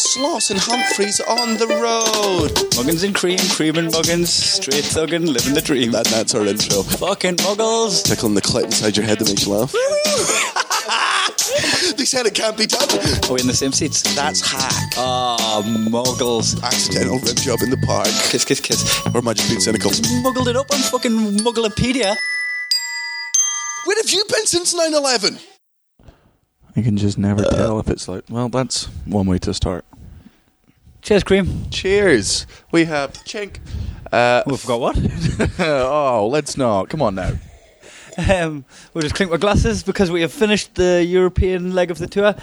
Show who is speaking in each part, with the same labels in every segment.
Speaker 1: Sloss and Humphreys on the road.
Speaker 2: Muggins and cream, cream and muggins, straight thuggin', living the dream.
Speaker 1: That, that's our intro.
Speaker 2: Fucking muggles.
Speaker 1: Tickling the clit inside your head that makes you laugh. they said it can't be done.
Speaker 2: Are we Oh, in the same seats?
Speaker 1: That's hack.
Speaker 2: Ah, muggles.
Speaker 1: Accidental rib job in the park.
Speaker 2: Kiss, kiss, kiss.
Speaker 1: Or am I just being cynical?
Speaker 2: Muggled it up on fucking Mugglepedia.
Speaker 1: Where have you been since 9 11?
Speaker 3: You can just never tell if it's like, well, that's one way to start.
Speaker 2: Cheers, cream.
Speaker 3: Cheers. We have Chink. Uh,
Speaker 2: We forgot what?
Speaker 3: oh, let's not. Come on now.
Speaker 2: Um, we'll just clink our glasses because we have finished the European leg of the tour,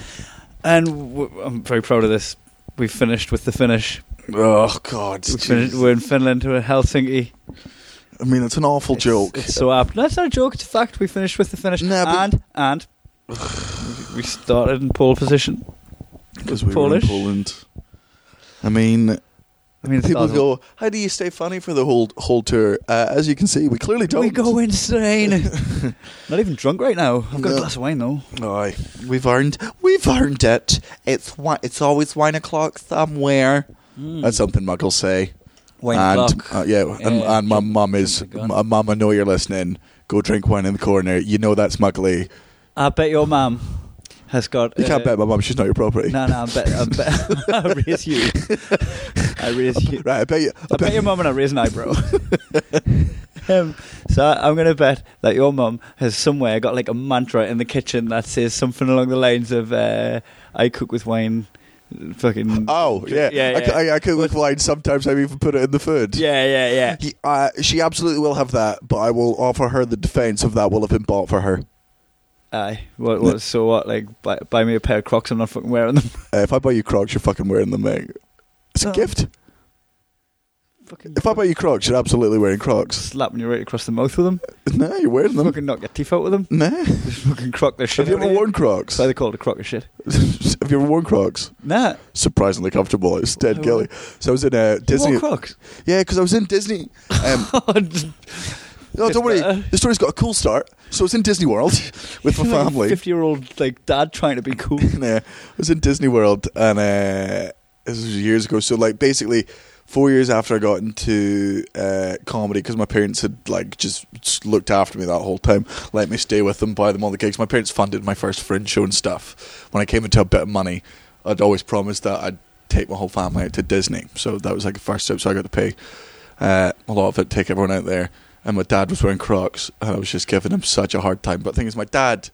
Speaker 2: and w- I'm very proud of this. We've finished with the finish.
Speaker 3: Oh, God.
Speaker 2: We finished, we're in Finland, we're in Helsinki.
Speaker 3: I mean, it's an awful
Speaker 2: It's-
Speaker 3: joke.
Speaker 2: It's so apt. No, it's not a joke. It's a fact. We finished with the finish,
Speaker 3: Nah, but-
Speaker 2: and and we started in pole position.
Speaker 3: Because we were in
Speaker 2: Polish.
Speaker 3: Poland. I mean,
Speaker 2: I mean, it's
Speaker 3: people
Speaker 2: awesome.
Speaker 3: go, how do you stay funny for the whole whole tour? Uh, as you can see, we clearly don't.
Speaker 2: We go insane. Not even drunk right now. I've got
Speaker 3: No.
Speaker 2: a glass of wine though.
Speaker 3: Aye. We've earned, we've earned it. It's wi- It's always wine o'clock somewhere. That's something Muggles say.
Speaker 2: Hmm. Wine
Speaker 3: and,
Speaker 2: o'clock.
Speaker 3: uh, yeah, and,
Speaker 2: Yeah,
Speaker 3: and my mum is,
Speaker 2: something like that.
Speaker 3: my mum, I know you're listening. Go drink wine in the corner. You know that's muggly.
Speaker 2: I bet your mum has got. uh,
Speaker 3: You can't bet my mum; she's not your property.
Speaker 2: No, no, I bet. I bet. I raise you. I raise you.
Speaker 3: Right, I bet you.
Speaker 2: I bet your mum and I raise an eyebrow. um, so I'm going to bet that your mum has somewhere got like a mantra in the kitchen that says something along the lines of uh, "I cook with wine." Fucking.
Speaker 3: Oh yeah,
Speaker 2: Yeah,
Speaker 3: I, c-
Speaker 2: yeah.
Speaker 3: I, I cook with wine. Sometimes I even put it in the food.
Speaker 2: Yeah, yeah, yeah.
Speaker 3: He- uh, she absolutely will have that, but I will offer her the defence of that will have been bought for her.
Speaker 2: Aye. What? What? So what? Like, buy, buy me a pair of Crocs. I'm not fucking wearing them.
Speaker 3: Uh, if I buy you Crocs, you're fucking wearing them, mate. It's a
Speaker 2: Oh.
Speaker 3: gift.
Speaker 2: fucking
Speaker 3: If I buy you Crocs, you're absolutely wearing Crocs.
Speaker 2: slapping you right across the mouth with them.
Speaker 3: Nah, you're wearing them.
Speaker 2: Fucking knock your teeth out with them.
Speaker 3: Nah.
Speaker 2: Just fucking crock their shit.
Speaker 3: Have you
Speaker 2: out
Speaker 3: ever
Speaker 2: of
Speaker 3: worn Crocs?
Speaker 2: So they call it a crock of shit.
Speaker 3: have you ever worn Crocs?
Speaker 2: Nah.
Speaker 3: Surprisingly comfortable. It's dead
Speaker 2: I
Speaker 3: gilly. So I was in uh, Disney.
Speaker 2: What crocs?
Speaker 3: Yeah, because I was in Disney. Um, No,
Speaker 2: It's uh,
Speaker 3: don't worry.
Speaker 2: better.
Speaker 3: The story's got a cool start. So it's in Disney World with my family.
Speaker 2: Fifty-year-old uh, like dad trying to be cool.
Speaker 3: yeah, I was in Disney World, and uh, this was years ago. So like basically, four years after I got into uh, comedy, because my parents had like just s- looked after me that whole time, let me stay with them, buy them all the gigs. My parents funded my first fringe show and stuff. When I came into a bit of money, I'd always promised that I'd take my whole family out to Disney. So that was like a first step. So I got to pay uh, a lot of it, take everyone out there. And my dad was wearing Crocs, and I was just giving him such a hard time. But the thing is, my dad,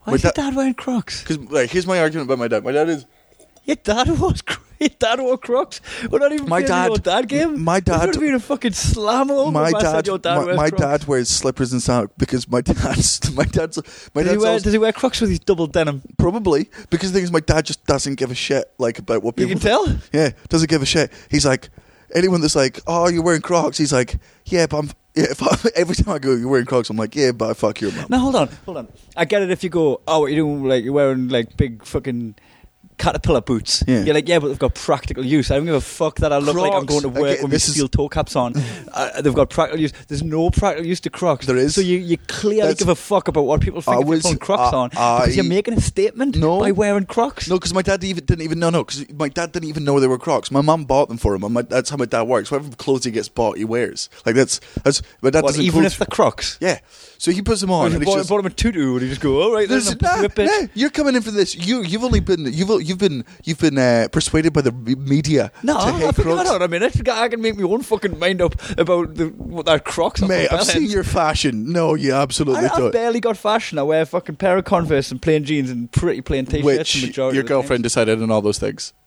Speaker 2: Why
Speaker 3: My
Speaker 2: is your
Speaker 3: da-
Speaker 2: dad wearing crocs?
Speaker 3: because like, here's my argument about my dad. My dad is
Speaker 2: Your dad was. cr- Your dad wore crocs. We're not even
Speaker 3: My
Speaker 2: playing the
Speaker 3: dad-
Speaker 2: old dad game.
Speaker 3: my dad-
Speaker 2: There's been a fucking slam over.
Speaker 3: my
Speaker 2: if I said
Speaker 3: dad,
Speaker 2: your dad
Speaker 3: my,
Speaker 2: wears
Speaker 3: my
Speaker 2: crocs.
Speaker 3: dad wears slippers and socks because my dad's my dad's my
Speaker 2: Does he,
Speaker 3: dad's
Speaker 2: wear,
Speaker 3: also-
Speaker 2: does he wear crocs with his double denim?
Speaker 3: probably because the thing is my dad just doesn't give a shit like about what
Speaker 2: You
Speaker 3: people
Speaker 2: can tell.
Speaker 3: yeah doesn't give a shit he's like anyone that's like oh you're wearing Crocs he's like yeah but I'm yeah if I, every time I go you're wearing Crocs I'm like yeah but I fuck your mum
Speaker 2: Now hold on, hold on. I get it if you go, oh, what you doing? Like you're wearing like big fucking caterpillar boots.
Speaker 3: Yeah.
Speaker 2: You're like, yeah, but they've got practical use. I don't give a fuck that I look like I'm
Speaker 3: Crocs.
Speaker 2: going to work
Speaker 3: Okay,
Speaker 2: with my
Speaker 3: this is-
Speaker 2: steel toe caps on. uh, they've got practical use. There's no practical use to Crocs.
Speaker 3: There is.
Speaker 2: So you, you clearly
Speaker 3: That's-
Speaker 2: give a fuck about what people think
Speaker 3: I
Speaker 2: of you
Speaker 3: was- uh,
Speaker 2: putting Crocs
Speaker 3: I-
Speaker 2: on because you're
Speaker 3: I-
Speaker 2: making a statement
Speaker 3: No.
Speaker 2: by wearing Crocs.
Speaker 3: No, because my dad even, didn't even no no because my dad didn't even know they were Crocs. My mum bought them for him, and my, that's how my dad works. Whatever clothes he gets bought, he wears. Like that's that's my dad
Speaker 2: What,
Speaker 3: doesn't
Speaker 2: even
Speaker 3: clothes-
Speaker 2: if they're Crocs.
Speaker 3: yeah, so he puts them on.
Speaker 2: If
Speaker 3: and
Speaker 2: you
Speaker 3: he's
Speaker 2: bought,
Speaker 3: just-
Speaker 2: bought him a tutu, would you just go, all right, then,
Speaker 3: There's-
Speaker 2: I'll whip it.
Speaker 3: nah, nah, you're coming in for this. You you've only been you've you've been you've been uh, persuaded by the re- media.
Speaker 2: No,
Speaker 3: to
Speaker 2: I
Speaker 3: hate
Speaker 2: think
Speaker 3: Crocs.
Speaker 2: I know what I mean. I think I can make my own fucking mind up about the, what that Crocs. are
Speaker 3: Mate,
Speaker 2: for
Speaker 3: I've seen
Speaker 2: bellends.
Speaker 3: your fashion. No, you absolutely
Speaker 2: I, I've
Speaker 3: don't.
Speaker 2: barely got fashion. I wear a fucking pair of Converse and plain jeans and pretty plain t-shirts. the
Speaker 3: Which
Speaker 2: majority
Speaker 3: your
Speaker 2: of the
Speaker 3: girlfriend decided on all those things.
Speaker 2: time.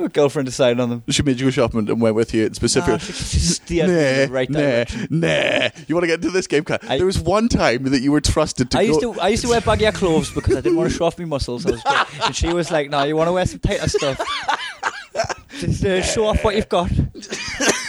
Speaker 2: your girlfriend decided on them.
Speaker 3: She made you go shopping and went with you in
Speaker 2: Nah,
Speaker 3: specific.
Speaker 2: she just steered me in the right
Speaker 3: nah,
Speaker 2: direction.
Speaker 3: nah. You want to get into this game, Kat?
Speaker 2: I-
Speaker 3: there was one time that you were trusted to
Speaker 2: I
Speaker 3: go.
Speaker 2: used to I used to wear baggier clothes because I didn't want to show off my muscles. I was good. and she was like, "No, you want to wear some tighter stuff. Just uh, show off what you've got."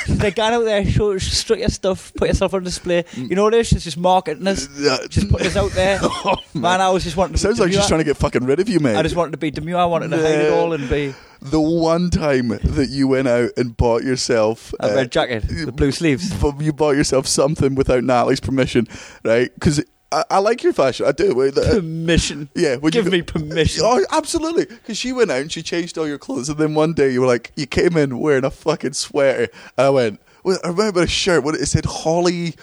Speaker 2: They're going out there, show strut your stuff, put yourself on display. You know this? She's just marketing us,
Speaker 3: Uh,
Speaker 2: just putting us out there.
Speaker 3: Oh,
Speaker 2: man.
Speaker 3: man.
Speaker 2: I was just wanting. To
Speaker 3: Sounds
Speaker 2: be
Speaker 3: like she's
Speaker 2: demure.
Speaker 3: trying to get fucking rid of you, mate.
Speaker 2: I just wanted to be demure. I wanted to hide it
Speaker 3: Nah.
Speaker 2: all and be.
Speaker 3: the one time that you went out and bought yourself
Speaker 2: A
Speaker 3: uh,
Speaker 2: red jacket, the blue sleeves.
Speaker 3: but you bought yourself something without Natalie's permission, right? Because I, I like your fashion. I do. Wait, uh,
Speaker 2: Permission.
Speaker 3: Yeah, would you
Speaker 2: Give
Speaker 3: go-
Speaker 2: me permission.
Speaker 3: Oh, absolutely. Because she went out and she changed all your clothes, and then one day you were like, you came in wearing a fucking sweater. I went. Well, I remember a shirt. What it said, Holly.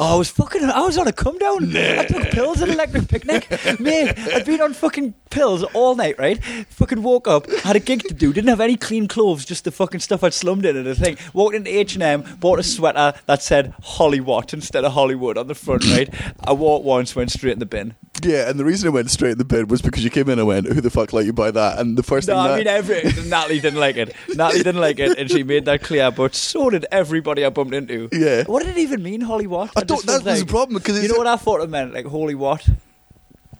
Speaker 2: Oh, I was fucking. I was on a come down. I took pills at Electric Picnic, mate. I'd been on fucking pills all night, right? Fucking woke up, had a gig to do, didn't have any clean clothes, just the fucking stuff I'd slummed in and a thing. Walked into H and M, bought a sweater that said Hollywood instead of Hollywood on the front, right? I wore it once, went straight in the bin.
Speaker 3: Yeah, and the reason it went straight in the bin was because you came in and went, "Who the fuck let you buy that?" And the first
Speaker 2: No,
Speaker 3: thing
Speaker 2: I
Speaker 3: that,
Speaker 2: mean every Natalie didn't like it. Natalie didn't like it, and she made that clear. But so did everybody I bumped into.
Speaker 3: Yeah.
Speaker 2: What did it even mean, Holy What?
Speaker 3: I don't.
Speaker 2: just
Speaker 3: That was the
Speaker 2: like-
Speaker 3: problem because
Speaker 2: You know what I thought it meant? Like holy what?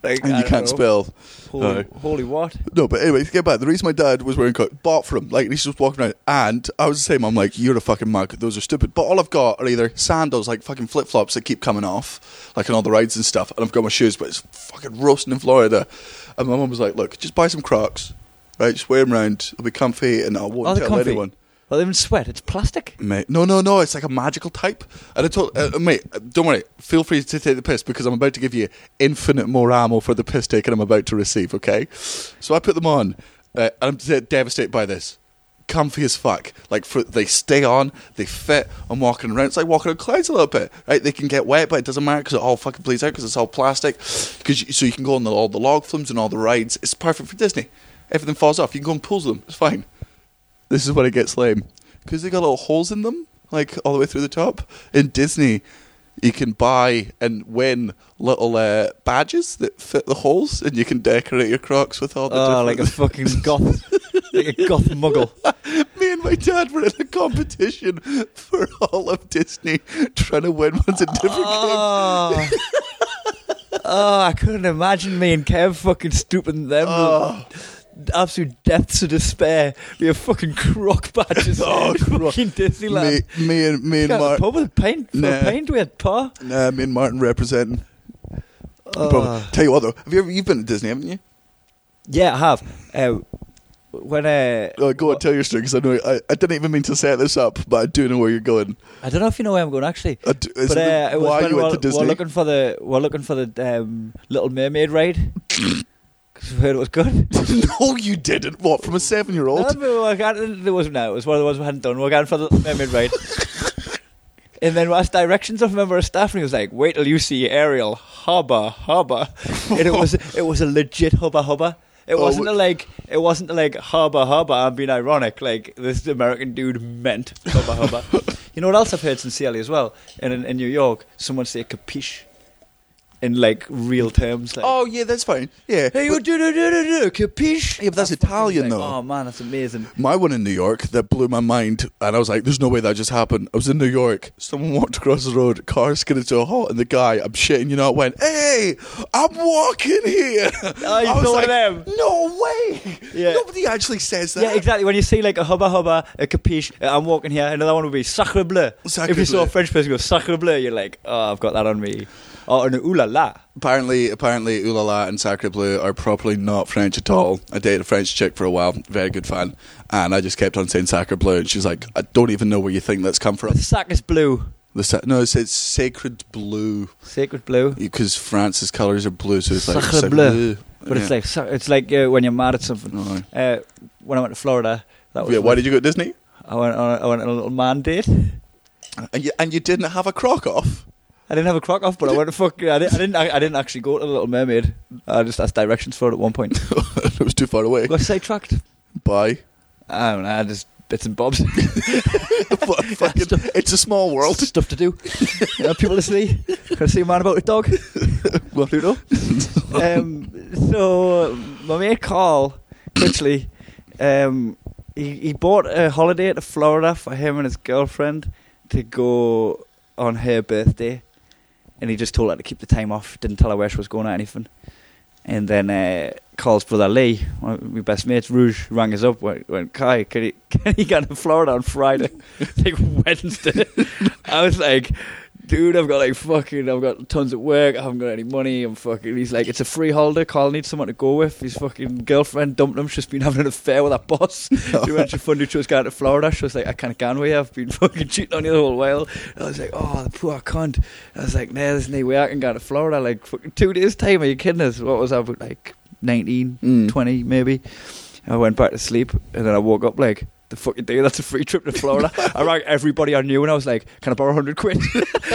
Speaker 2: Like
Speaker 3: and
Speaker 2: I
Speaker 3: you
Speaker 2: don't
Speaker 3: can't
Speaker 2: know.
Speaker 3: spell.
Speaker 2: Holy,
Speaker 3: No.
Speaker 2: holy what?
Speaker 3: No, but anyway, to get back, the reason my dad was wearing coat bought from like he's just walking around, and I was the same. I'm like, you're a fucking mug. Those are stupid. But all I've got are either sandals, like fucking flip flops that keep coming off, like on all the rides and stuff, and I've got my shoes, but it's fucking roasting in Florida. And my mum was like, look, just buy some Crocs, right? Just wear them around. They'll be comfy, and I
Speaker 2: Oh,
Speaker 3: won't
Speaker 2: they're
Speaker 3: tell
Speaker 2: comfy.
Speaker 3: anyone.
Speaker 2: Well, they even sweat. It's plastic.
Speaker 3: Mate, no, no, no! It's like a magical type, and I told uh, mate, don't worry. Feel free to take the piss because I'm about to give you infinite more ammo for the piss taking I'm about to receive. Okay, so I put them on. Uh, and I'm de- devastated by this. Comfy as fuck. Like for, they stay on, they fit. I'm walking around. It's like walking on clouds a little bit, right? They can get wet, but it doesn't matter because it all fucking bleeds out because it's all plastic. Because so you can go on the, all the log flumes and all the rides. It's perfect for Disney. Everything falls off. You can go and pulls them. It's fine this is when it gets lame because they got little holes in them, like all the way through the top. In Disney, you can buy and win little uh, badges that fit the holes, and you can decorate your Crocs with all the
Speaker 2: Oh, like a
Speaker 3: different.
Speaker 2: fucking goth, like a goth muggle.
Speaker 3: Me and my dad were in a competition for all of Disney, trying to win ones in different games.
Speaker 2: Oh. oh, I couldn't imagine me and Kev fucking stooping them.
Speaker 3: Oh.
Speaker 2: Absolute depths of despair. We have fucking croc badges.
Speaker 3: Oh,
Speaker 2: in
Speaker 3: croc.
Speaker 2: fucking Disneyland.
Speaker 3: Me, me and me and
Speaker 2: Got the
Speaker 3: Martin,
Speaker 2: pub with paint. For
Speaker 3: Nah.
Speaker 2: paint we had pa.
Speaker 3: nah, me and Martin representing.
Speaker 2: Oh.
Speaker 3: Probably- Tell you what though, have you ever you've been to Disney, haven't you?
Speaker 2: Yeah, I have. Uh, when uh,
Speaker 3: Uh, go on, tell your story because I know I, I didn't even mean to set this up, but I do know where you're going.
Speaker 2: I don't know if you know where I'm going actually.
Speaker 3: Uh, d- is
Speaker 2: but
Speaker 3: it the-
Speaker 2: uh, it was
Speaker 3: why
Speaker 2: when
Speaker 3: you
Speaker 2: we're,
Speaker 3: went to Disney?
Speaker 2: we're looking for the we're looking for the um, Little Mermaid ride because we heard it was good.
Speaker 3: no, you didn't. What from a
Speaker 2: No,
Speaker 3: seven-year-old?
Speaker 2: but we were going- there wasn't. No, it was one of the ones we hadn't done. We We're going for the Little Mermaid ride. And then we asked directions of a member of staff, and he was like, "Wait till you see Ariel hubba hubba," and it was it was a legit hubba hubba. It
Speaker 3: Oh,
Speaker 2: wasn't
Speaker 3: wh-
Speaker 2: a like it wasn't a like hubba hubba. I'm being ironic. Like this American dude meant hubba hubba. you know what else I've heard sincerely as well? And in, in New York, someone say capiche in like real terms. Like,
Speaker 3: Oh yeah, that's fine. Yeah,
Speaker 2: hey, you
Speaker 3: but
Speaker 2: do do do do do capiche.
Speaker 3: Yeah, but that's
Speaker 2: I fucking was
Speaker 3: Italian,
Speaker 2: like,
Speaker 3: though.
Speaker 2: Oh man, that's amazing.
Speaker 3: my one in New York that blew my mind, and I was like, "There's no way that just happened." I was in New York. Someone walked across the road. Car skidded to a halt, and the guy, I'm shitting you not, went, "Hey, I'm walking here."
Speaker 2: Oh, you
Speaker 3: I was
Speaker 2: saw
Speaker 3: like,
Speaker 2: them.
Speaker 3: No way.
Speaker 2: Yeah.
Speaker 3: Nobody actually says that.
Speaker 2: Yeah, exactly. When you see like a hubba hubba, a capiche, uh, I'm walking here. Another one would be sacre bleu.
Speaker 3: Sacre
Speaker 2: if you saw a
Speaker 3: bleu.
Speaker 2: French person go sacre bleu, you're like, oh, I've got that on me. Or an ooh la la.
Speaker 3: Apparently, apparently, Oulala and Sacre Bleu are properly not French at all. I dated a French chick for a while, very good fan, and I just kept on saying Sacre Bleu, and she was like, "I don't even know where you think that's come from."
Speaker 2: The sac is blue.
Speaker 3: The sa- no, it's, it's Sacred Blue
Speaker 2: Sacred blue.
Speaker 3: because France's colours are blue, so it's like
Speaker 2: Sacre
Speaker 3: Sacre
Speaker 2: Bleu.
Speaker 3: Bleu.
Speaker 2: But it's like sac- it's like uh, when you're mad at something.
Speaker 3: Aye.
Speaker 2: Uh, when I went to Florida, that was
Speaker 3: yeah. Why did you go to Disney?
Speaker 2: I went on a, I went on a little man date.
Speaker 3: And you, and you didn't have a crock off.
Speaker 2: I didn't have a crock off, but I went to fuck. I didn't. I didn't, I, I didn't actually go to the Little Mermaid. I just asked directions for it at one point.
Speaker 3: it was too far away.
Speaker 2: got sidetracked.
Speaker 3: Bye.
Speaker 2: I don't know. I just bits and bobs.
Speaker 3: What a fucking- it's a small world.
Speaker 2: stuff to do. you know, people to see. Can I see a man about a dog? well, Pluto. um, so my mate Carl Critchley, um, he, he bought a holiday to Florida for him and his girlfriend to go on her birthday, and he just told her to keep the time off. Didn't tell her where she was going or anything. And then uh, Carl's brother Lee, one of my best mates, Rouge, rang us up. Went, went Kai, can you, can you go to Florida on Friday? like Wednesday. I was like, dude, I've got like fucking, I've got tons at work. I haven't got any money. I'm fucking. He's like, it's a freeholder. Carl needs someone to go with. His fucking girlfriend dumped him. She's been having an affair with her boss. she went to fund she was going to Florida. She was like, I can't go away. I've been fucking cheating on you the whole while. And I was like, oh, the poor cunt. I was like, nah, there's no way I can go to Florida. Like fucking two days time. Are you kidding us? What was I like 19,
Speaker 3: Mm.
Speaker 2: 20 maybe? I went back to sleep and then I woke up like the fucking day that's a free trip to Florida. I rang everybody I knew and I was like, Can I borrow hundred quid?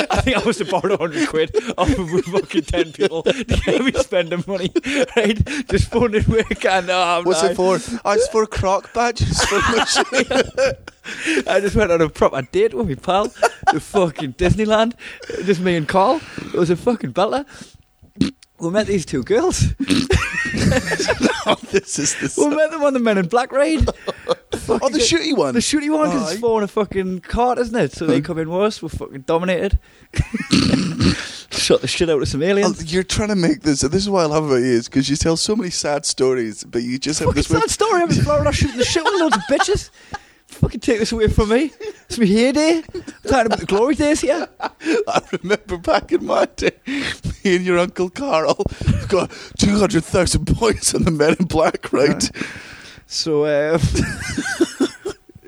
Speaker 2: I think I was to borrow hundred quid off of fucking ten people to get me spending money. Right? Just phone it work and no, I'm
Speaker 3: What's
Speaker 2: not.
Speaker 3: it for? Oh, it's for crock badges for machine.
Speaker 2: I just went on a proper date with my pal to fucking Disneyland. Just me and Carl. It was a fucking belter. We met these two girls.
Speaker 3: this is the.
Speaker 2: We met them on the Men in Black raid.
Speaker 3: Oh, the shooty one.
Speaker 2: The shooty one 'cause
Speaker 3: Aye.
Speaker 2: it's four in a fucking cart, isn't it? So they come in worse. We're fucking dominated. Shot the shit out of some
Speaker 3: Oh,
Speaker 2: aliens.
Speaker 3: you're trying to make this. This is what I love about you is because you tell so many sad stories, but you just have
Speaker 2: fucking
Speaker 3: this. way-
Speaker 2: sad story. I was in Florida shooting the shit with loads of bitches. Fucking take this away from me. It's my heyday. I'm talking about the glory days here.
Speaker 3: I remember back in my day, me and your uncle Carl got two hundred thousand points on the Men in Black, right?
Speaker 2: So, uh,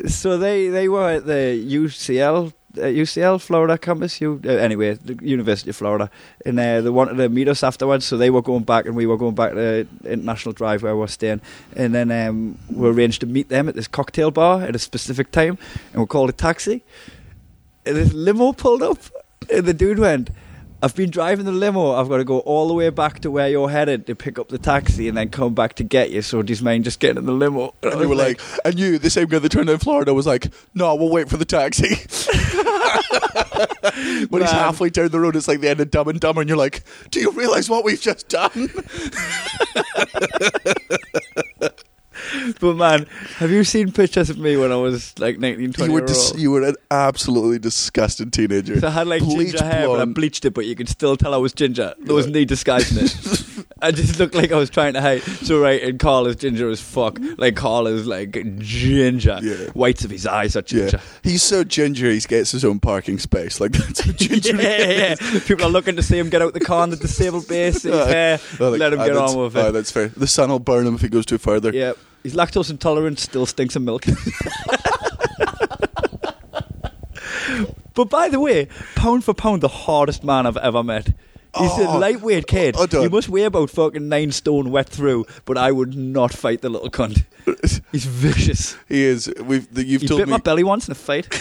Speaker 2: so they they were at the UCL. Uh, UCL Florida campus, you, uh, anyway, the University of Florida, and uh, they wanted to meet us afterwards. So they were going back, and we were going back to International Drive where we were staying, and then um, we arranged to meet them at this cocktail bar at a specific time, and we called a taxi. And this limo pulled up, and the dude went, I've been driving the limo. I've got to go all the way back to where you're headed to pick up the taxi and then come back to get you. So do you mind just getting in the limo? I
Speaker 3: And you
Speaker 2: was
Speaker 3: were like, and you, the same guy that turned down Florida, was like, "No, we'll wait for the taxi." when he's
Speaker 2: Man.
Speaker 3: halfway down the road, it's like the end of Dumb and Dumber, and you're like, "Do you realize what we've just done?"
Speaker 2: but man, have you seen pictures of me when I was like 19, 20
Speaker 3: You were,
Speaker 2: year
Speaker 3: dis-
Speaker 2: old?
Speaker 3: you were an absolutely disgusted teenager.
Speaker 2: So I had like
Speaker 3: Bleach
Speaker 2: ginger hair, but I
Speaker 3: blonde.
Speaker 2: bleached it, but you could still tell I was ginger. There was no disguising it. I just looked like I was trying to hide. So right, and Carl is ginger as fuck. Like Carl is like ginger.
Speaker 3: Yeah.
Speaker 2: Whites of his eyes are
Speaker 3: Yeah,
Speaker 2: ginger.
Speaker 3: he's so ginger. He gets his own parking space. Like that's how ginger. he
Speaker 2: yeah,
Speaker 3: is.
Speaker 2: yeah, yeah. People are looking to see him get out the car on the disabled base. He's
Speaker 3: Aye.
Speaker 2: there.
Speaker 3: They're like,
Speaker 2: Let him
Speaker 3: "Ah,
Speaker 2: get
Speaker 3: that's-
Speaker 2: on with
Speaker 3: ah,
Speaker 2: it.
Speaker 3: that's fair. The sun will burn him if he goes too further.
Speaker 2: Yeah. He's lactose intolerant, still stinks of milk. but by the way, pound for pound, the hardest man I've ever met. He's
Speaker 3: Oh,
Speaker 2: a lightweight kid.
Speaker 3: I don't-
Speaker 2: he must weigh about fucking nine stone wet through, but I would not fight the little cunt. He's vicious.
Speaker 3: He is. We've. The, you've
Speaker 2: He
Speaker 3: told
Speaker 2: bit
Speaker 3: me.
Speaker 2: my belly once in a fight.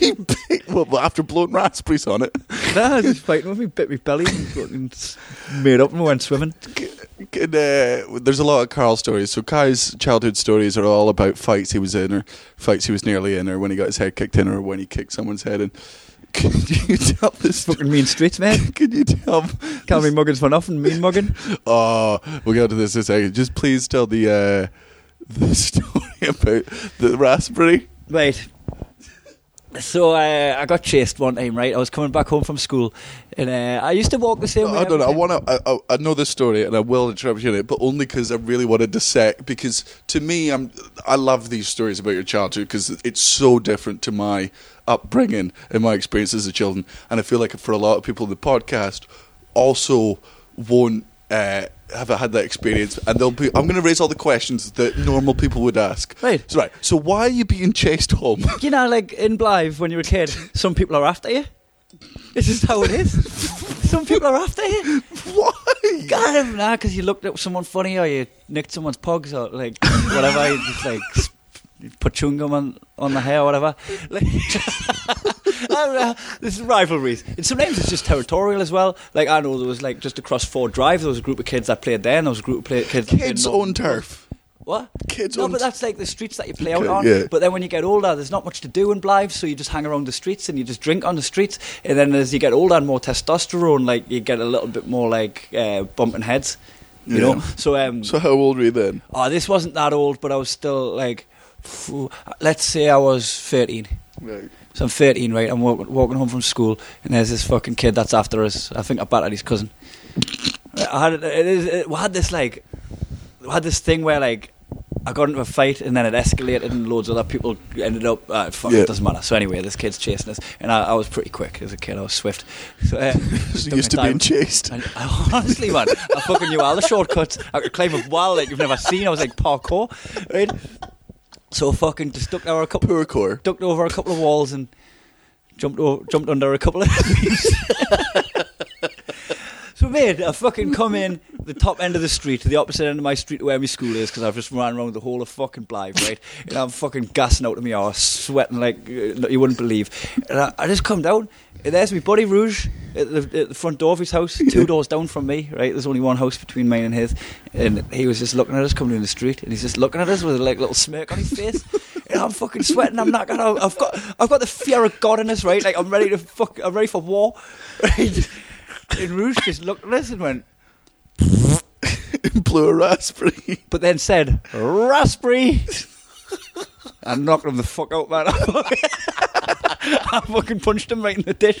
Speaker 3: he bit- well, after blowing raspberries on it,
Speaker 2: nah, he's fighting with me, bit my belly, and fucking s- made up and went swimming.
Speaker 3: And, uh, there's a lot of Carl stories. So Kai's childhood stories are all about fights he was in, or fights he was nearly in, or when he got his head kicked in, or when he kicked someone's head in. Can you tell this? sto-
Speaker 2: Fucking mean streets, man.
Speaker 3: Can you tell?
Speaker 2: Can't be muggins for nothing. Mean mugging.
Speaker 3: Oh, we'll get to this in a second. Just please tell the uh, the story about the raspberry.
Speaker 2: Right. So uh, I got chased one time, right? I was coming back home from school, and uh, I used to walk the same way.
Speaker 3: I don't know. I
Speaker 2: every
Speaker 3: want to. I, I, I know this story, and I will interrupt you in it, but only because I really want to dissect. Because to me, I'm. I love these stories about your childhood because it's so different to my upbringing and my experiences as a children, and I feel like for a lot of people, the podcast also won't. Uh, have had that experience, and they'll be. I'm going to raise all the questions that normal people would ask.
Speaker 2: Right.
Speaker 3: So, right. So, why are you being chased home?
Speaker 2: time. You know, like in Blythe when you're a kid, some people are after you. It's just how it is. some people are after you.
Speaker 3: why?
Speaker 2: God, I'm nah, because you looked at someone funny or you nicked someone's pogs or like whatever. you just like s- put chewing gum on, on the hair or whatever. Like, I don't know. This is rivalries. And sometimes it's just territorial as well. Like, I know there was like just across Ford Drive, there was a group of kids that played there and there was a group of play- kids that played
Speaker 3: Kids
Speaker 2: Norton.
Speaker 3: own turf.
Speaker 2: What?
Speaker 3: Kids
Speaker 2: No,
Speaker 3: on-
Speaker 2: but that's like the streets that you play out
Speaker 3: Okay,
Speaker 2: on.
Speaker 3: yeah.
Speaker 2: But then when you get older, there's not much to do in Blythe, so you just hang around the streets and you just drink on the streets. And then as you get older and more testosterone, like you get a little bit more like uh, bumping heads, you
Speaker 3: Yeah.
Speaker 2: know. So um,
Speaker 3: So, how old were you then?
Speaker 2: oh, this wasn't that old, but I was still like, phew, let's say I was 13.
Speaker 3: Right.
Speaker 2: So I'm 13, right? I'm walking, walking home from school, and there's this fucking kid that's after us. I think I battered his cousin. I had it, it is, it, we had this like, we had this thing where like, I got into a fight and then it escalated and loads of other people ended up. Uh, fuck,
Speaker 3: Yeah.
Speaker 2: it doesn't matter. So anyway, this kid's chasing us, and I, I was pretty quick as a kid. I was swift. So, uh,
Speaker 3: Just used to being chased.
Speaker 2: And I, honestly, man, I fucking knew all the shortcuts. I could climb a wall that you've never seen. I was like parkour. Right? So I fucking just ducked over a couple,
Speaker 3: Parkour.
Speaker 2: ducked over a couple of walls and jumped o- jumped under a couple of trees. So mate, I fucking come in the top end of the street, to the opposite end of my street to where my school is, because I've just ran around the whole of fucking Blythe, right? And I'm fucking gassing out of my arse, sweating like uh, you wouldn't believe. And I, I just come down, and there's my buddy Rouge at the, at the front door of his house, two doors down from me, right? There's only one house between mine and his. And he was just looking at us coming down the street, and he's just looking at us with a like, little smirk on his face. And I'm fucking sweating. I'm not gonna. I've got. I've got the fear of God in us, right? Like I'm ready to fuck. I'm ready for war. Right? And Rouge just looked at us and went,
Speaker 3: Blew a raspberry.
Speaker 2: but then said, Raspberry! I knocked him the fuck out, man. I fucking punched him right in the dish.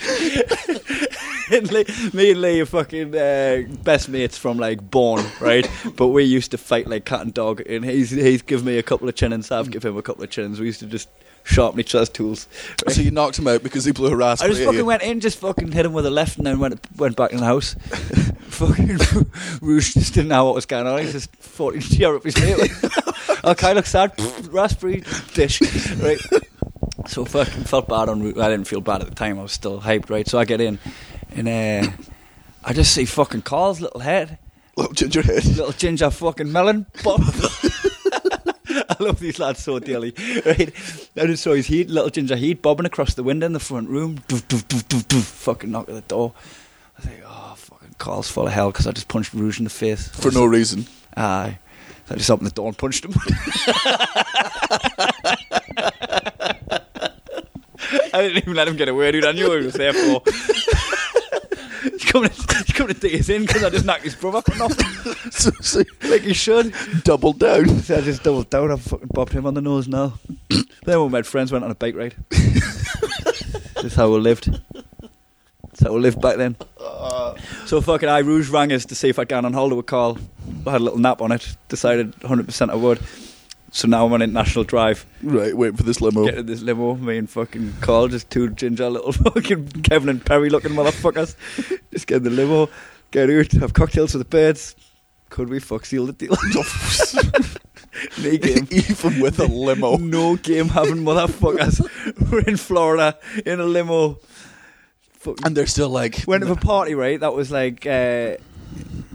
Speaker 2: and Lee, me and Lee are fucking uh, best mates from like born, right? But we used to fight like cat and dog, and he's he's give me a couple of chinnings, I've give him a couple of chinnings. We used to just sharpen each other's tools. right?
Speaker 3: So you knocked him out because he blew a
Speaker 2: I
Speaker 3: raspberry.
Speaker 2: just
Speaker 3: at
Speaker 2: fucking
Speaker 3: you.
Speaker 2: went in, just fucking hit him with a left, and then went went back in the house. fucking Rouge just didn't know what was going on. He's just fucking tear up his mate. okay, looks sad. Raspberry dish, right? So fucking felt bad on. Rouge. I didn't feel bad at the time. I was still hyped, right? So I get in, and uh, I just see fucking Carl's little head,
Speaker 3: Little gingerhead.
Speaker 2: little ginger fucking melon. Bob. I love these lads so dearly. Right? I just saw his heat, little ginger heat, bobbing across the window in the front room. Doof, doof, doof, doof, doof. Fucking knock at the door. I think, oh, fucking Carl's full of hell because I just punched Rouge in the face.
Speaker 3: For no reason.
Speaker 2: Aye. So I just opened the door and punched him. I didn't even let him get a word in. I knew what he was there for. he's coming to, he's coming to dig us in because I just knocked his brother off
Speaker 3: So, so
Speaker 2: like he should.
Speaker 3: double down.
Speaker 2: So I just doubled down. I fucking bopped him on the nose now. then we made friends, went on a bike ride. That's how we lived. That's how we lived back then.
Speaker 3: Uh,
Speaker 2: So fucking I Rouge rang us to see if I'd gone on holiday with Carl. I had a little nap on it. Decided 100% I would. So now I'm on international drive.
Speaker 3: Right, waiting for this limo.
Speaker 2: Get in this limo, me and fucking Carl, just two ginger little fucking Kevin and Perry looking motherfuckers. just get in the limo, get out, have cocktails with the birds. Could we fuck seal the deal? Knee game.
Speaker 3: Even with a limo.
Speaker 2: No game having motherfuckers. We're in Florida in a limo. Fuck.
Speaker 3: And they're still like.
Speaker 2: Went to a party, right? That was like uh,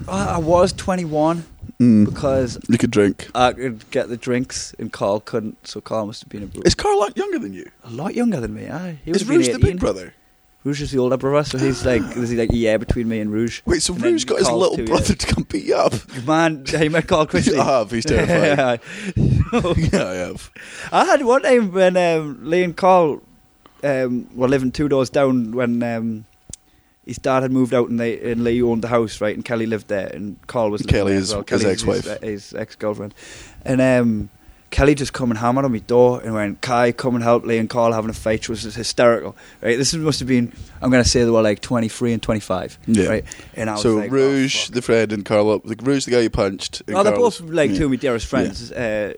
Speaker 2: I I was 21
Speaker 3: Mm,
Speaker 2: because
Speaker 3: you could drink.
Speaker 2: I could get the drinks and Carl couldn't, so Carl must have been a, bro-
Speaker 3: Is Carl like younger than you?
Speaker 2: a lot younger than me. Aye, he
Speaker 3: Is
Speaker 2: would've been
Speaker 3: Rouge the big
Speaker 2: 18.
Speaker 3: brother?
Speaker 2: Rouge is the older brother, so he's like, there's like a year between me and Rouge.
Speaker 3: Wait, so
Speaker 2: And then
Speaker 3: Rouge got his
Speaker 2: Carl's
Speaker 3: little
Speaker 2: two
Speaker 3: brother to come beat you up?
Speaker 2: years. Man, he met Carl quickly.
Speaker 3: I have, Ah, he's terrifying.
Speaker 2: Yeah.
Speaker 3: yeah, I have.
Speaker 2: I had one time when um, Lee and Carl um, were living two doors down when um, his dad had moved out and they and Lee owned the house, right? And Kelly lived there, and Carl was living
Speaker 3: Kelly
Speaker 2: there
Speaker 3: is-
Speaker 2: as well.
Speaker 3: is
Speaker 2: Kelly's
Speaker 3: ex-wife.
Speaker 2: his, uh, his ex girlfriend, and um, Kelly just come and hammered on my door and went, "Kai, come and help Lee and Carl having a fight." She was just hysterical, right? This must have been, I'm going to say they were like 23 and 25,
Speaker 3: Yeah.
Speaker 2: right? And I was
Speaker 3: So
Speaker 2: like, oh,
Speaker 3: Rouge,
Speaker 2: fuck.
Speaker 3: the friend, and Carl up. Like, Rouge, the guy you punched. Mm. and
Speaker 2: Oh, they're
Speaker 3: Carl's-
Speaker 2: both like
Speaker 3: yeah.
Speaker 2: two of my dearest friends. Uh,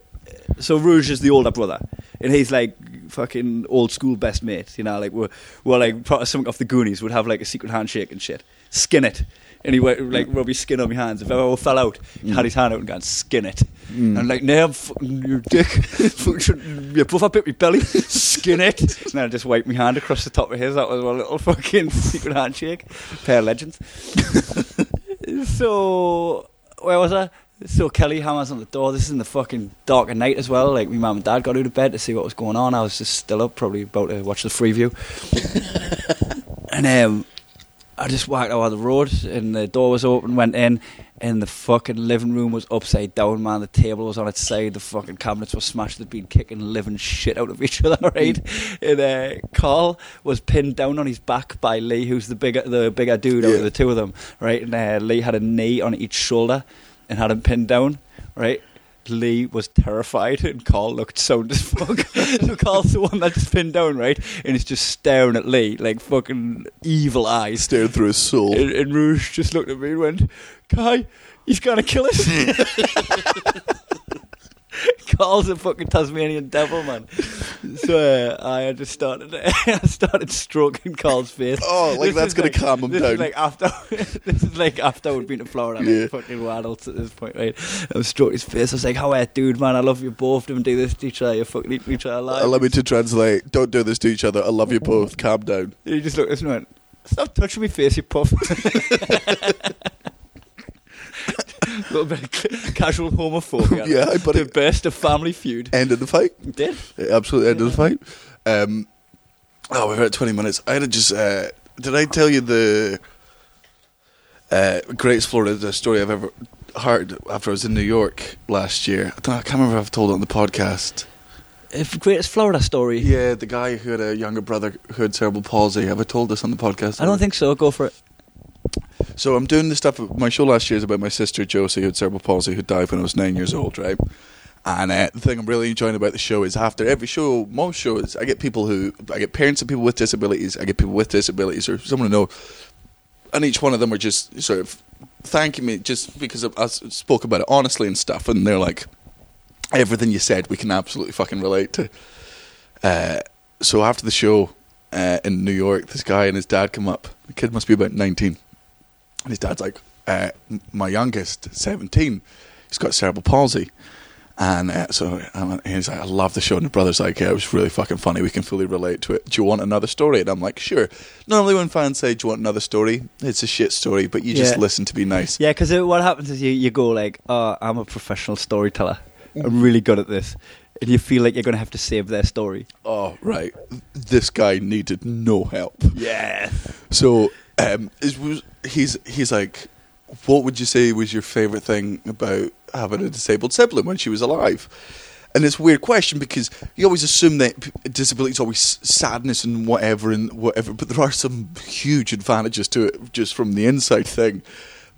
Speaker 2: so Rouge is the older brother, and he's like fucking old school best mate. You know, like we're, we're like part of something off the Goonies. Would have like a secret handshake and shit. Skin it, and he went like rub his skin on my hands. If I ever fell out, he had his hand out and gone skin it. And I'm like, no, I'm fucking your dick. Fucking- Your brother bit my belly. Skin it. And then I just wiped my hand across the top of his. That was my little fucking secret handshake. Pair of legends. So where was I? So Kelly hammers on the door. This is in the fucking dark of night as well. Like my mum and dad got out of bed to see what was going on. I was just still up, probably about to watch the preview. and um, I just walked out on the road, and the door was open. Went in, and the fucking living room was upside down. Man, the table was on its side. The fucking cabinets were smashed. They'd been kicking living shit out of each other. Right, and uh, Carl was pinned down on his back by Lee, who's the bigger the bigger dude out
Speaker 3: Yeah.
Speaker 2: of the two of them, right? And uh, Lee had a knee on each shoulder and had him pinned down, right? Lee was terrified and Carl looked sound as fuck. so Carl's the one that's pinned down, right? And he's just staring at Lee like fucking evil
Speaker 3: He
Speaker 2: eyes.
Speaker 3: stared through his soul.
Speaker 2: And, and Rouge just looked at me and went, Kai, he's gonna kill us. Carl's a fucking Tasmanian devil, man. So uh, I just started, I started stroking Carl's face.
Speaker 3: Oh, like, that's
Speaker 2: is
Speaker 3: gonna calm him
Speaker 2: this
Speaker 3: down.
Speaker 2: Is like after, this is like after we'd been to Florida, like
Speaker 3: Yeah.
Speaker 2: fucking we're adults at this point, right? I stroked his face. I was like, "How are you, dude, man? I love you both. Don't do this to each other. You fucking eat each other alive."
Speaker 3: Allow Uh, me to translate. Don't do this to each other. I love you both. Calm down.
Speaker 2: He just looked at us and went, Stop touching me face, you puff. little bit of ca- casual homophobia.
Speaker 3: Yeah, I put
Speaker 2: the
Speaker 3: it. Eh.
Speaker 2: best of family feud.
Speaker 3: Ended the fight.
Speaker 2: It did.
Speaker 3: It absolutely ended the fight. Um, oh, we were at 20 minutes. I had to just. Uh, did I tell you the uh, greatest Florida story I've ever heard after I was in New York last year? I, don't, I can't remember if I've told it on the podcast.
Speaker 2: If greatest Florida story.
Speaker 3: Yeah, the guy who had a younger brother who had cerebral palsy. Have I told this on the podcast?
Speaker 2: I don't think so. Go for it.
Speaker 3: So I'm doing the stuff. My show last year is about my sister Josie, who had cerebral palsy, who died when I was nine years old, right? And uh, the thing I'm really enjoying about the show is after every show, most shows, I get people who, I get parents of people with disabilities, I get people with disabilities, or someone I know, and each one of them are just sort of thanking me just because I I spoke about it honestly and stuff, and they're like, everything you said, we can absolutely fucking relate to. Uh, so after the show uh, in New York, this guy and his dad come up. The kid must be about 19. And his dad's like, uh, m- my youngest, 17, he's got cerebral palsy. And uh, so um, he's like, I love the show. And the brother's like, yeah, it was really fucking funny. We can fully relate to it. Do you want another story? And I'm like, sure. Normally when fans say, do you want another story? It's a shit story, but you just
Speaker 2: Yeah.
Speaker 3: listen to be nice.
Speaker 2: Yeah, because what happens is you, you go like, oh, I'm a professional storyteller. I'm really good at this. And you feel like you're going to have to save their story.
Speaker 3: Oh, right. This guy needed no help.
Speaker 2: Yes.
Speaker 3: So um, is, was, he's he's like, what would you say was your favorite thing about having a disabled sibling when she was alive? And it's a weird question because you always assume that p- disability is always s- sadness and whatever and whatever, but there are some huge advantages to it just from the inside thing.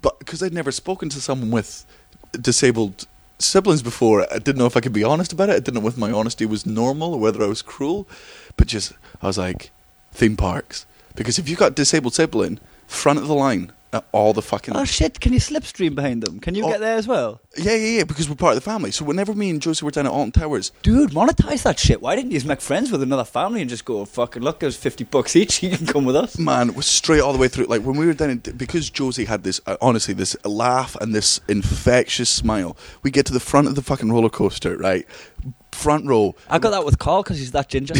Speaker 3: But because I'd never spoken to someone with disabled siblings before. I didn't know if I could be honest about it. I didn't know if my honesty was normal or whether I was cruel. But just, I was like, theme parks. Because if you've got a disabled sibling, front of the line at all the fucking.
Speaker 2: Oh, shit. Can you slipstream behind them? Can you
Speaker 3: Oh.
Speaker 2: get there as well?
Speaker 3: yeah, yeah, yeah, because we're part of the family. So whenever me and Josie were down at Alton Towers,
Speaker 2: Dude, monetize that shit. Why didn't you just make friends with another family and just go, fucking look, there's 50 bucks each. You can come with us.
Speaker 3: man, was straight all the way through. Like when we were down, in, because Josie had this, uh, honestly, this laugh and this infectious smile. We get to the front of the fucking roller coaster, right? Front row,
Speaker 2: I got that with Carl because he's that ginger.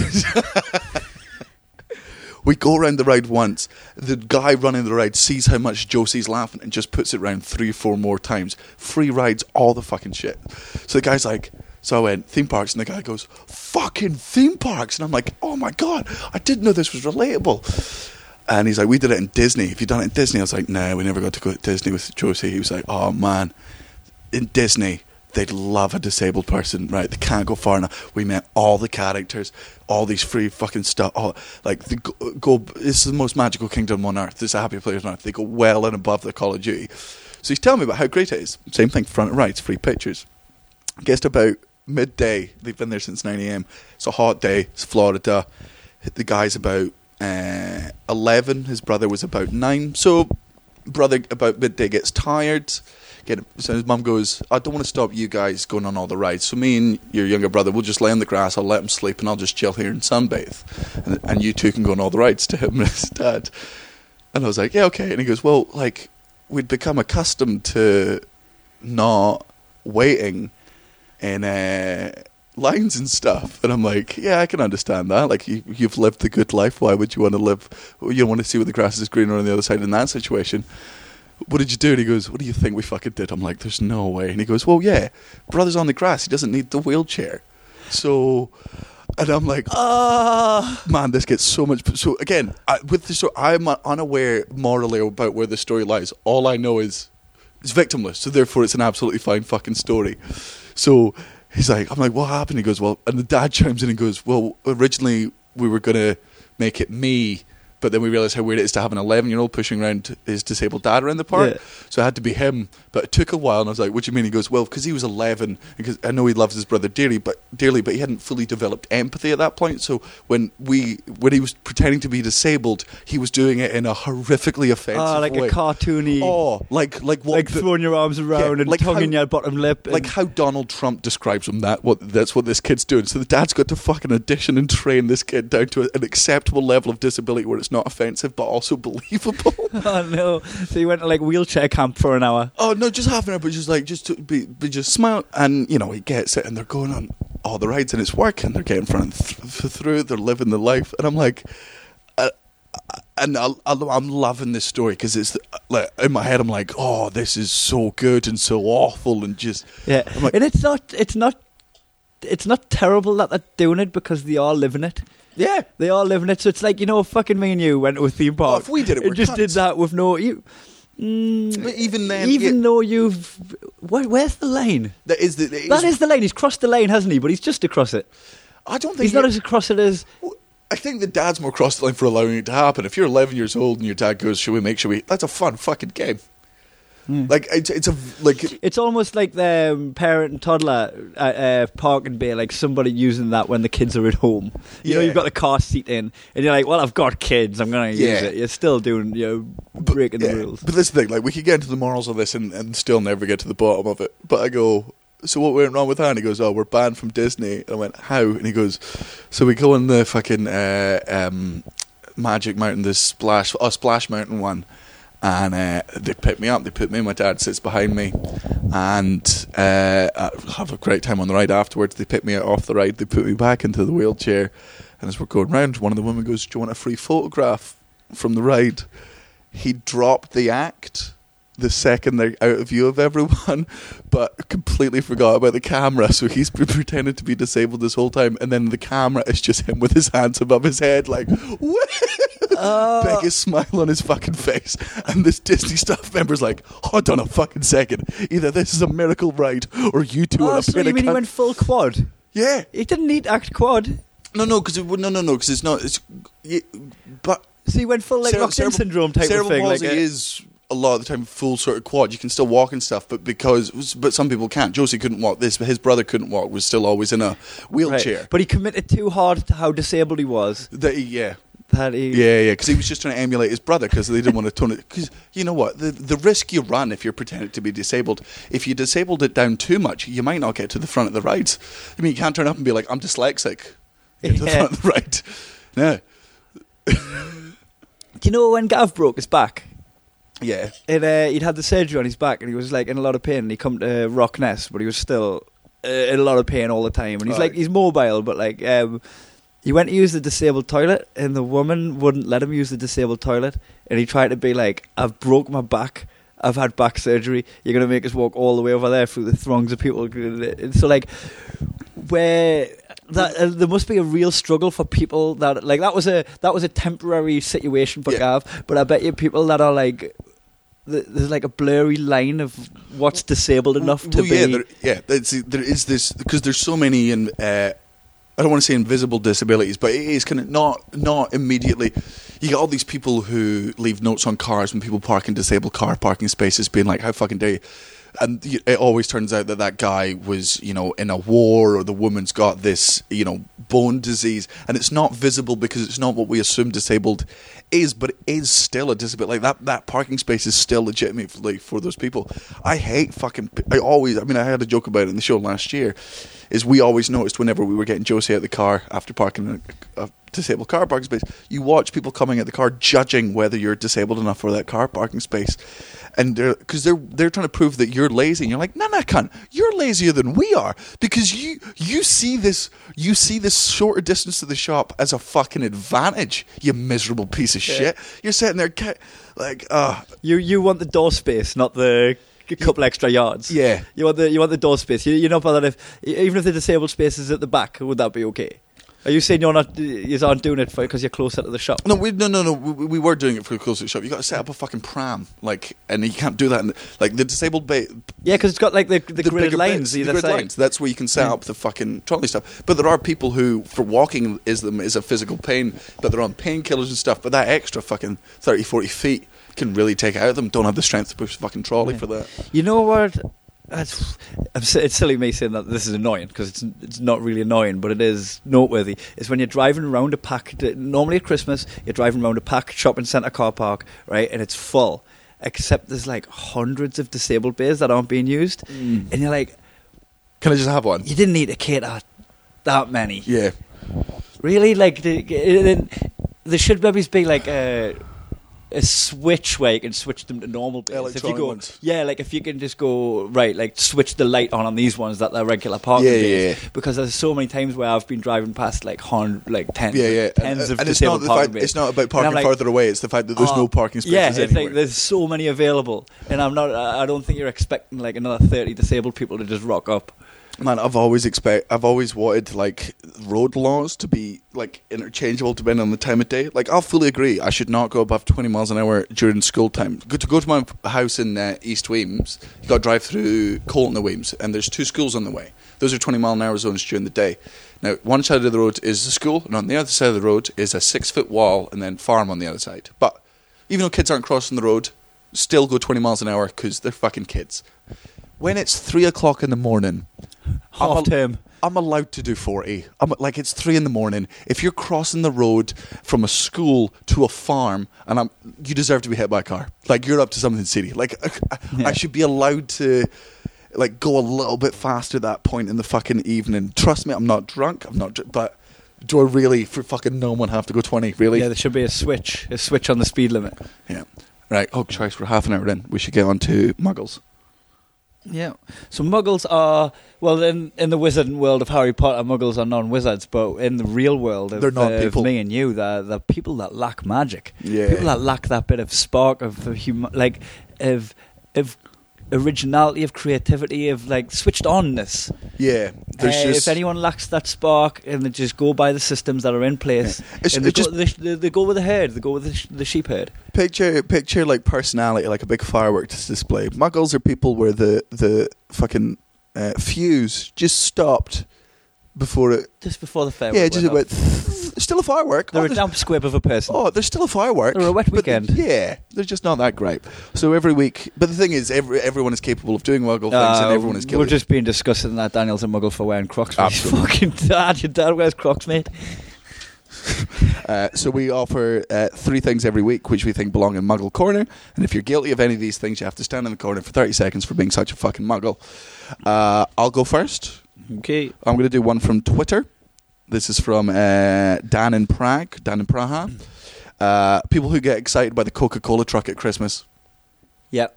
Speaker 3: We go around the ride once. The guy running the ride sees how much Josie's laughing and just puts it round three or four more times. Free rides, all the fucking shit. So the guy's like, so I went theme parks, and the guy goes, "Fucking theme parks," and I'm like, "Oh my god, I didn't know this was relatable." And he's like, "We did it in Disney. Have you done it in Disney?" I was like, "No, we never got to go to Disney with Josie." He was like, "Oh man, in Disney, they'd love a disabled person, right? They can't go far enough. We met all the characters, all these free fucking stuff. All like the go, go. This is the most magical kingdom on earth. This is the happiest place on earth. They go well and above the Call of Duty. So he's telling me about how great it is. Same thing, front rights, free pictures. Guessed about midday. They've been there since nine a.m. It's a hot day. It's Florida. The guy's about uh, eleven. His brother was about nine. So brother about midday gets tired. Get so his mum goes, I don't want to stop you guys going on all the rides. So me and your younger brother will just lay on the grass. I'll let him sleep, and I'll just chill here and sunbathe, and, and you two can go on all the rides to him and his dad. And I was like, yeah, okay. And he goes, well, like we'd become accustomed to not waiting in uh, lines and stuff. And I'm like, yeah, I can understand that. Like you, you've lived the good life. Why would you want to live? You don't want to see where the grass is greener on the other side in that situation what did you do? And he goes, what do you think we fucking did? I'm like, there's no way. And he goes, well, yeah, brother's on the grass. He doesn't need the wheelchair. So, and I'm like, ah, man, this gets so much. So again, I, with the so I'm unaware morally about where the story lies. All I know is it's victimless. So therefore, it's an absolutely fine fucking story. So he's like, I'm like, what happened? He goes, well, and the dad chimes in and goes, well, originally we were gonna make it me But then we realised how weird it is to have an 11 year old pushing around his disabled dad around the park.
Speaker 2: Yeah.
Speaker 3: So it had to be him. But it took a while, and I was like, "What do you mean?" He goes, "Well, because he was 11. Because I know he loves his brother dearly, but dearly, but he hadn't fully developed empathy at that point. So when we when he was pretending to be disabled, he was doing it in a horrifically offensive
Speaker 2: Ah, like
Speaker 3: way.
Speaker 2: a cartoony,
Speaker 3: Oh, like like what
Speaker 2: like
Speaker 3: the-
Speaker 2: throwing your arms around
Speaker 3: Yeah,
Speaker 2: and
Speaker 3: like
Speaker 2: tonguing
Speaker 3: how-
Speaker 2: your bottom lip.
Speaker 3: like
Speaker 2: and-
Speaker 3: how Donald Trump describes him. That what that's what this kid's doing. So the dad's got to fucking audition and train this kid down to an acceptable level of disability where it's not offensive but also believable.
Speaker 2: oh no! So you went to like wheelchair camp for an hour.
Speaker 3: oh no, just half an hour, but just like just to be, be just smile and you know he gets it and they're going on all the rides and it's working. They're getting front th- through. They're living the life and I'm like. uh, And I, I, I'm loving this story because it's like in my head. I'm like, oh, this is so good and so awful, and just
Speaker 2: Yeah,
Speaker 3: I'm like-
Speaker 2: and it's not, it's not, it's not terrible that they're doing it because they are living it.
Speaker 3: yeah.
Speaker 2: They are living it. So it's like you know, fucking me and you went to a theme
Speaker 3: Oh,
Speaker 2: park.
Speaker 3: if we did it,
Speaker 2: and
Speaker 3: we're
Speaker 2: just did
Speaker 3: cunts.
Speaker 2: that with no you. Mm,
Speaker 3: But even then,
Speaker 2: even
Speaker 3: yeah,
Speaker 2: though you've, where, where's the line?
Speaker 3: that is the, it
Speaker 2: That
Speaker 3: is-
Speaker 2: is the lane. He's crossed the lane, hasn't he? But he's just across it.
Speaker 3: I don't think
Speaker 2: He's not
Speaker 3: it-
Speaker 2: as across it as
Speaker 3: I think the dad's more cross the line for allowing it to happen. If you're 11 years old and your dad goes, "Should we make? Should we?" That's a fun fucking game. Like it's, it's a like
Speaker 2: It's almost like the um, parent and toddler uh, uh, park and beer, like somebody using that when the kids are at home. You know,
Speaker 3: Yeah.
Speaker 2: you've got the car seat in, and you're like, "Well, I've got kids, I'm going to use
Speaker 3: Yeah.
Speaker 2: it." You're still doing, you know, breaking
Speaker 3: yeah.
Speaker 2: the rules.
Speaker 3: But this thing, like we could get into the morals of this and, and still never get to the bottom of it. But I go, so what went wrong with that? And he goes, oh, we're banned from Disney. And I went, how? And he goes, so we go on the fucking uh, um, Magic Mountain, this splash, oh, Splash Mountain one. And uh, they pick me up. They put me. My dad sits behind me, and uh, I have a great time on the ride. Afterwards, they pick me up off the ride. They put me back into the wheelchair, and as we're going round, one of the women goes, "Do you want a free photograph from the ride?" he dropped the act the second they're out of view of everyone, but completely forgot about the camera. So he's been pretending to be disabled this whole time, and then the camera is just him with his hands above his head, like "What?"
Speaker 2: Oh.
Speaker 3: biggest smile on his fucking face. And this Disney staff member's like, "Hold on a fucking second! Either this is a miracle ride, or you two are
Speaker 2: oh,
Speaker 3: a
Speaker 2: so
Speaker 3: pair
Speaker 2: you
Speaker 3: of
Speaker 2: mean he
Speaker 3: cunt-
Speaker 2: went full quad?
Speaker 3: Yeah,
Speaker 2: He didn't need to act quad.
Speaker 3: no, no, because no, no, no, because it's not. It's y but
Speaker 2: So he went full like
Speaker 3: Cere-
Speaker 2: Locked in
Speaker 3: cerebral-
Speaker 2: syndrome type of
Speaker 3: cerebral
Speaker 2: thing. Like
Speaker 3: palsy
Speaker 2: a-
Speaker 3: is a lot of the time full sort of quad. You can still walk and stuff, but because but some people can't. Josie couldn't walk. This his brother couldn't walk. Was still always in a
Speaker 2: right.
Speaker 3: wheelchair.
Speaker 2: But he committed too hard to how disabled he was.
Speaker 3: That he- yeah,
Speaker 2: That he,
Speaker 3: yeah, yeah. Because he was just trying to emulate his brother because they didn't want to tone it. Because you know what, the the risk you run if you're pretending to be disabled, if you disabled it down too much, you might not get to the front of the rides. I mean, you can't turn up and be like, I'm dyslexic. Get to the
Speaker 2: Yeah.
Speaker 3: front of the ride. No.
Speaker 2: Do you know when Gav broke his back?
Speaker 3: Yeah.
Speaker 2: And uh, he'd had the surgery on his back, and he was like in a lot of pain. And he come to Rock Ness, but he was still uh, in a lot of pain all the time. And he's like
Speaker 3: Right.
Speaker 2: he's mobile, but like um, he went to use the disabled toilet, and the woman wouldn't let him use the disabled toilet. And he tried to be like, "I've broke my back. I've had back surgery. You're gonna make us walk all the way over there through the throngs of people." And so like where. That uh, there must be a real struggle for people that like that was a that was a temporary situation for
Speaker 3: Yeah.
Speaker 2: Gav, but I bet you people that are like th- there's like a blurry line of what's disabled enough to
Speaker 3: Well, yeah,
Speaker 2: be.
Speaker 3: There, yeah, that's, there is this because there's so many in. Uh, I don't want to say invisible disabilities, but it is kind of not not immediately. You get all these people who leave notes on cars when people park in disabled car parking spaces, being like, "How fucking dare you?" And you- it always turns out that that guy was, you know, in a war, or the woman's got this, you know, bone disease, and it's not visible because it's not what we assume disabled is, but it is still a disability. Like that, that parking space is still legitimately for those people. I hate fucking. p- I always. I mean, I had a joke about it in the show last year. Is we always noticed whenever we were getting Josie out of the car after parking in a, a disabled car parking space, you watch people coming at the car judging whether you're disabled enough for that car parking space, and they're because they're they're trying to prove that you're lazy. And you're like, no, no, cunt, you're lazier than we are because you you see this you see this shorter distance to the shop as a fucking advantage. You miserable piece of shit. You're sitting there ca- like, uh
Speaker 2: You you want the door space, not the c- couple extra yards.
Speaker 3: yeah.
Speaker 2: e, You want the you want the door space. You, you're not bothered if even if the disabled space is at the back, would that be okay? Are you saying you're not you aren't doing it because you're closer to the shop?
Speaker 3: No, we no no no. We, we were doing it for the closest shop. You got to set up a fucking pram, like, and you can't do that. In, the- like the disabled bay,
Speaker 2: Yeah, because it's got like the the, Mm. gridded
Speaker 3: bigger
Speaker 2: lanes.
Speaker 3: bits,
Speaker 2: either
Speaker 3: the grid
Speaker 2: side.
Speaker 3: lines. That's where you can set up the fucking trolley stuff. But there are people who, for walking, is them is a physical pain. But they're on painkillers and stuff. But that extra fucking 30, 40 feet can really take it out of them. Don't have the strength to push the fucking trolley
Speaker 2: Yeah.
Speaker 3: for that.
Speaker 2: You know what? That's, I'm s- it's silly me saying that this is annoying because it's it's not really annoying, but it is noteworthy. Is when you're driving around a packed normally at Christmas you're driving around a packed shopping centre car park, right, and it's full, except there's like hundreds of disabled bays that aren't being used,
Speaker 3: Mm.
Speaker 2: and you're like,
Speaker 3: Can I just have one?
Speaker 2: you didn't need to cater that many,
Speaker 3: Yeah.
Speaker 2: really. Like the, then there should maybe be like a a switch where you can switch them to normal. bays. if you
Speaker 3: Electronic
Speaker 2: go,
Speaker 3: ones.
Speaker 2: yeah, like if you can just go right, like switch the light on on these ones that they're regular parking
Speaker 3: Yeah, yeah,
Speaker 2: bays.
Speaker 3: yeah.
Speaker 2: Because there's so many times where I've been driving past like hon like tens,
Speaker 3: Yeah, yeah,
Speaker 2: tens of
Speaker 3: and it's not
Speaker 2: disabled
Speaker 3: the
Speaker 2: parking
Speaker 3: fact,
Speaker 2: bays.
Speaker 3: it's not about
Speaker 2: And I'm
Speaker 3: parking
Speaker 2: like,
Speaker 3: farther away. It's the fact that there's
Speaker 2: oh,
Speaker 3: no parking spaces
Speaker 2: Yeah, it's like
Speaker 3: anywhere.
Speaker 2: there's so many available, and I'm not. I I don't think you're expecting like another thirty disabled people to just rock up.
Speaker 3: Man, I've always expect I've always wanted like road laws to be like interchangeable depending on the time of day. Like I'll fully agree, I should not go above twenty miles an hour during school time. Go to go to my house in uh, East Weems, you got to drive through Colton the Weems, and there's two schools on the way. Those are twenty mile an hour zones during the day. Now, one side of the road is the school, and on the other side of the road is a six foot wall, and then farm on the other side. But even though kids aren't crossing the road, still go twenty miles an hour because they're fucking kids. When it's three o'clock in the morning. I'm
Speaker 2: Half
Speaker 3: a-
Speaker 2: term.
Speaker 3: I'm allowed to do 40. I'm like it's 3 in the morning. If you're crossing the road from a school to a farm and I'm you deserve to be hit by a car. Like you're up to something city. Like I,
Speaker 2: Yeah.
Speaker 3: I should be allowed to like go a little bit faster at that point in the fucking evening. Trust me, I'm not drunk. I'm not dr- but do I really for fucking no one have to go 20? Really?
Speaker 2: Yeah, there should be a switch, a switch on the speed limit.
Speaker 3: Yeah. Right. Oh, Christ, we're half an hour in. We should get on to muggles.
Speaker 2: Yeah. So muggles are well in in the wizard world of Harry Potter, muggles are non-wizards, but in the real world of,
Speaker 3: They're not
Speaker 2: of
Speaker 3: people.
Speaker 2: me and you, they're, they're people that lack magic.
Speaker 3: Yeah.
Speaker 2: People that lack that bit of spark of the hum- like of of originality of creativity of like switched onness.
Speaker 3: Yeah. There's
Speaker 2: Uh,
Speaker 3: just
Speaker 2: if anyone lacks that spark and they just go by the systems that are in place,
Speaker 3: It's-
Speaker 2: and they,
Speaker 3: it just-
Speaker 2: go, they, they, they go with the herd, they go with the, sh- the sheep herd.
Speaker 3: Picture, picture like personality, like a big fireworks display. Muggles are people where the the fucking uh, fuse just stopped before it.
Speaker 2: Just before the fair.
Speaker 3: yeah,
Speaker 2: went
Speaker 3: just
Speaker 2: off.
Speaker 3: about still a firework.
Speaker 2: They're
Speaker 3: oh,
Speaker 2: a
Speaker 3: there's,
Speaker 2: damp squib of a person.
Speaker 3: oh, there's still a firework.
Speaker 2: They're a wet
Speaker 3: but they-
Speaker 2: weekend.
Speaker 3: yeah, they're just not that great. So every week, but the thing is, every everyone is capable of doing muggle things, and
Speaker 2: Uh,
Speaker 3: everyone is
Speaker 2: We've
Speaker 3: guilty.
Speaker 2: just been discussing that Daniel's a muggle for wearing Crocs. For his
Speaker 3: Absolutely.
Speaker 2: fucking dad, your dad wears Crocs, mate.
Speaker 3: Uh, so we offer uh, three things every week, which we think belong in Muggle Corner. And if you're guilty of any of these things, you have to stand in the corner for 30 seconds for being such a fucking muggle. Uh, I'll go first.
Speaker 2: Okay.
Speaker 3: I'm going to do one from Twitter. This is from uh, Dan in Prague, Dan in
Speaker 2: Mm.
Speaker 3: Praha. Uh, people who get excited by the Coca Cola truck at Christmas.
Speaker 2: Yep.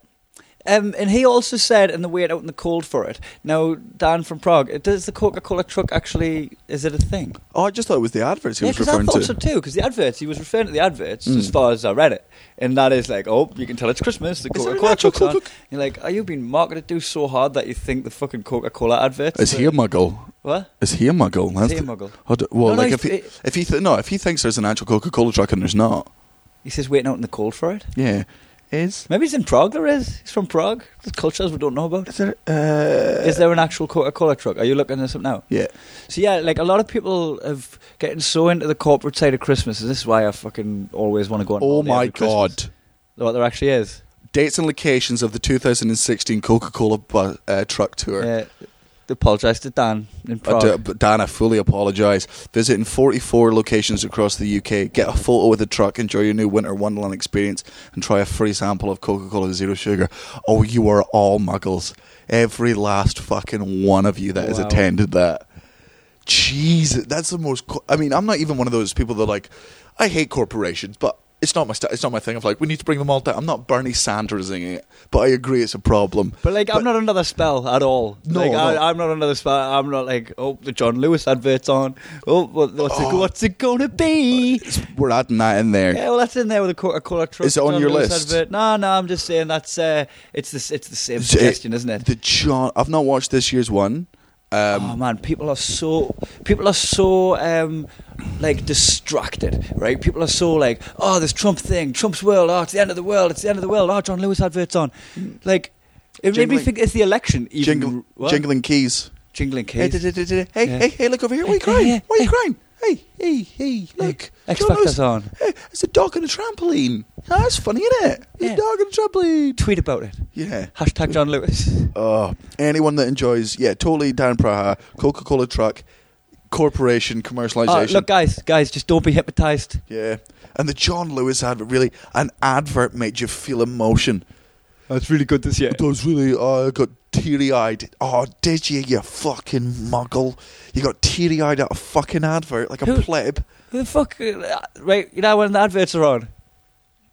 Speaker 2: Um, and he also said, and the wait out in the cold for it. Now, Dan from Prague, does the Coca Cola truck actually, is it a thing?
Speaker 3: Oh, I just thought it was the adverts he
Speaker 2: yeah,
Speaker 3: was
Speaker 2: because I
Speaker 3: referring
Speaker 2: thought
Speaker 3: to.
Speaker 2: so too, because the adverts, he was referring to the adverts
Speaker 3: Mm.
Speaker 2: as far as I read it. And that is like, oh, you can tell it's Christmas, the
Speaker 3: Is there
Speaker 2: Coca
Speaker 3: an
Speaker 2: Cola
Speaker 3: actual
Speaker 2: truck's on.
Speaker 3: Coca-
Speaker 2: You're like, are you being marketed to so hard that you think the fucking Coca Cola adverts?
Speaker 3: Is he a muggle?
Speaker 2: What?
Speaker 3: Is he a muggle?
Speaker 2: Is
Speaker 3: That's
Speaker 2: he a
Speaker 3: the-
Speaker 2: muggle?
Speaker 3: I don't- well,
Speaker 2: No, no,
Speaker 3: like
Speaker 2: he's-
Speaker 3: if he,
Speaker 2: it-
Speaker 3: if he th- no, if he thinks there's an actual Coca Cola truck and there's not,
Speaker 2: He says, waiting out in the cold for it.
Speaker 3: yeah, is
Speaker 2: Maybe he's in Prague. There is. He's from Prague. There's cultures we don't know about.
Speaker 3: is there? Uh,
Speaker 2: Is there an actual Coca-Cola truck? Are you looking this up now?
Speaker 3: Yeah,
Speaker 2: So yeah, like a lot of people have getting so into the corporate side of Christmas. And this is why I fucking always want to go on.
Speaker 3: Oh
Speaker 2: holiday
Speaker 3: my
Speaker 2: every Christmas.
Speaker 3: god.
Speaker 2: What there actually is.
Speaker 3: Dates and locations of the 2016 Coca Cola bu- uh, truck tour.
Speaker 2: Yeah. Apologise to Dan in
Speaker 3: I
Speaker 2: Prague.
Speaker 3: do- but Dan, I Uh, fully apologise. Visiting 44 locations across the UK, get a photo with the truck, enjoy your new winter wonderland experience, and try a free sample of Coca Cola Zero Sugar. Oh, you are all muggles. Every last fucking one of you that has
Speaker 2: Wow.
Speaker 3: attended that. Jesus, that's the most. Co- I mean, I'm not even one of those people that like. I hate corporations, but it's not my st- it's not my thing. Of like, we need to bring them all down. I'm not Bernie Sandersing it, but I agree it's a problem.
Speaker 2: But like, I'm not under the spell at all.
Speaker 3: No,
Speaker 2: like,
Speaker 3: no.
Speaker 2: I, I'm not under the spell. I'm not like, oh, the John Lewis adverts on. Oh, what, what's it? What's it gonna be?
Speaker 3: We're adding that in there.
Speaker 2: Yeah, well, that's in there with a Coca-Cola truck.
Speaker 3: Is it on
Speaker 2: John
Speaker 3: your
Speaker 2: Lewis
Speaker 3: list?
Speaker 2: Advert. No, no, I'm just saying that's uh, it's the s- it's the same
Speaker 3: It's- it-
Speaker 2: suggestion, isn't it?
Speaker 3: The John. I've not watched this year's one. Um,
Speaker 2: oh man, people are so people are so um, like distracted, right? People are so like, oh, this Trump thing, Trump's world, oh, it's the end of the world, it's the end of the world. Oh, John Lewis adverts on, like. It made me
Speaker 3: Jingling.
Speaker 2: think it's the election. Even
Speaker 3: Jingle,
Speaker 2: what?
Speaker 3: jingling keys.
Speaker 2: jingling keys.
Speaker 3: Hey, da- da- da- da- hey,
Speaker 2: Yeah.
Speaker 3: hey, hey, look over here. Why are you
Speaker 2: Hey,
Speaker 3: crying?
Speaker 2: hey,
Speaker 3: Why are you
Speaker 2: hey.
Speaker 3: crying? Hey, hey, hey, look.
Speaker 2: X
Speaker 3: John
Speaker 2: Factor's
Speaker 3: Lewis-
Speaker 2: on.
Speaker 3: Hey, it's a dog on a trampoline. That's funny, isn't it? It's
Speaker 2: Yeah.
Speaker 3: a dog on a trampoline.
Speaker 2: Tweet about it.
Speaker 3: Yeah.
Speaker 2: Hashtag John Lewis.
Speaker 3: Oh, anyone that enjoys, yeah, totally Dan Praha, Coca Cola truck, corporation
Speaker 2: Oh,
Speaker 3: commercialization.
Speaker 2: look, guys, guys, just don't be hypnotized.
Speaker 3: Yeah. And the John Lewis advert, really, an advert made you feel emotion.
Speaker 2: That's really good this year.
Speaker 3: It was really, oh, I got teary eyed. Oh, did you, you fucking muggle? You got teary eyed at a fucking advert, like a
Speaker 2: Who-
Speaker 3: pleb.
Speaker 2: Who the fuck? uh, Right, you know when the adverts are on?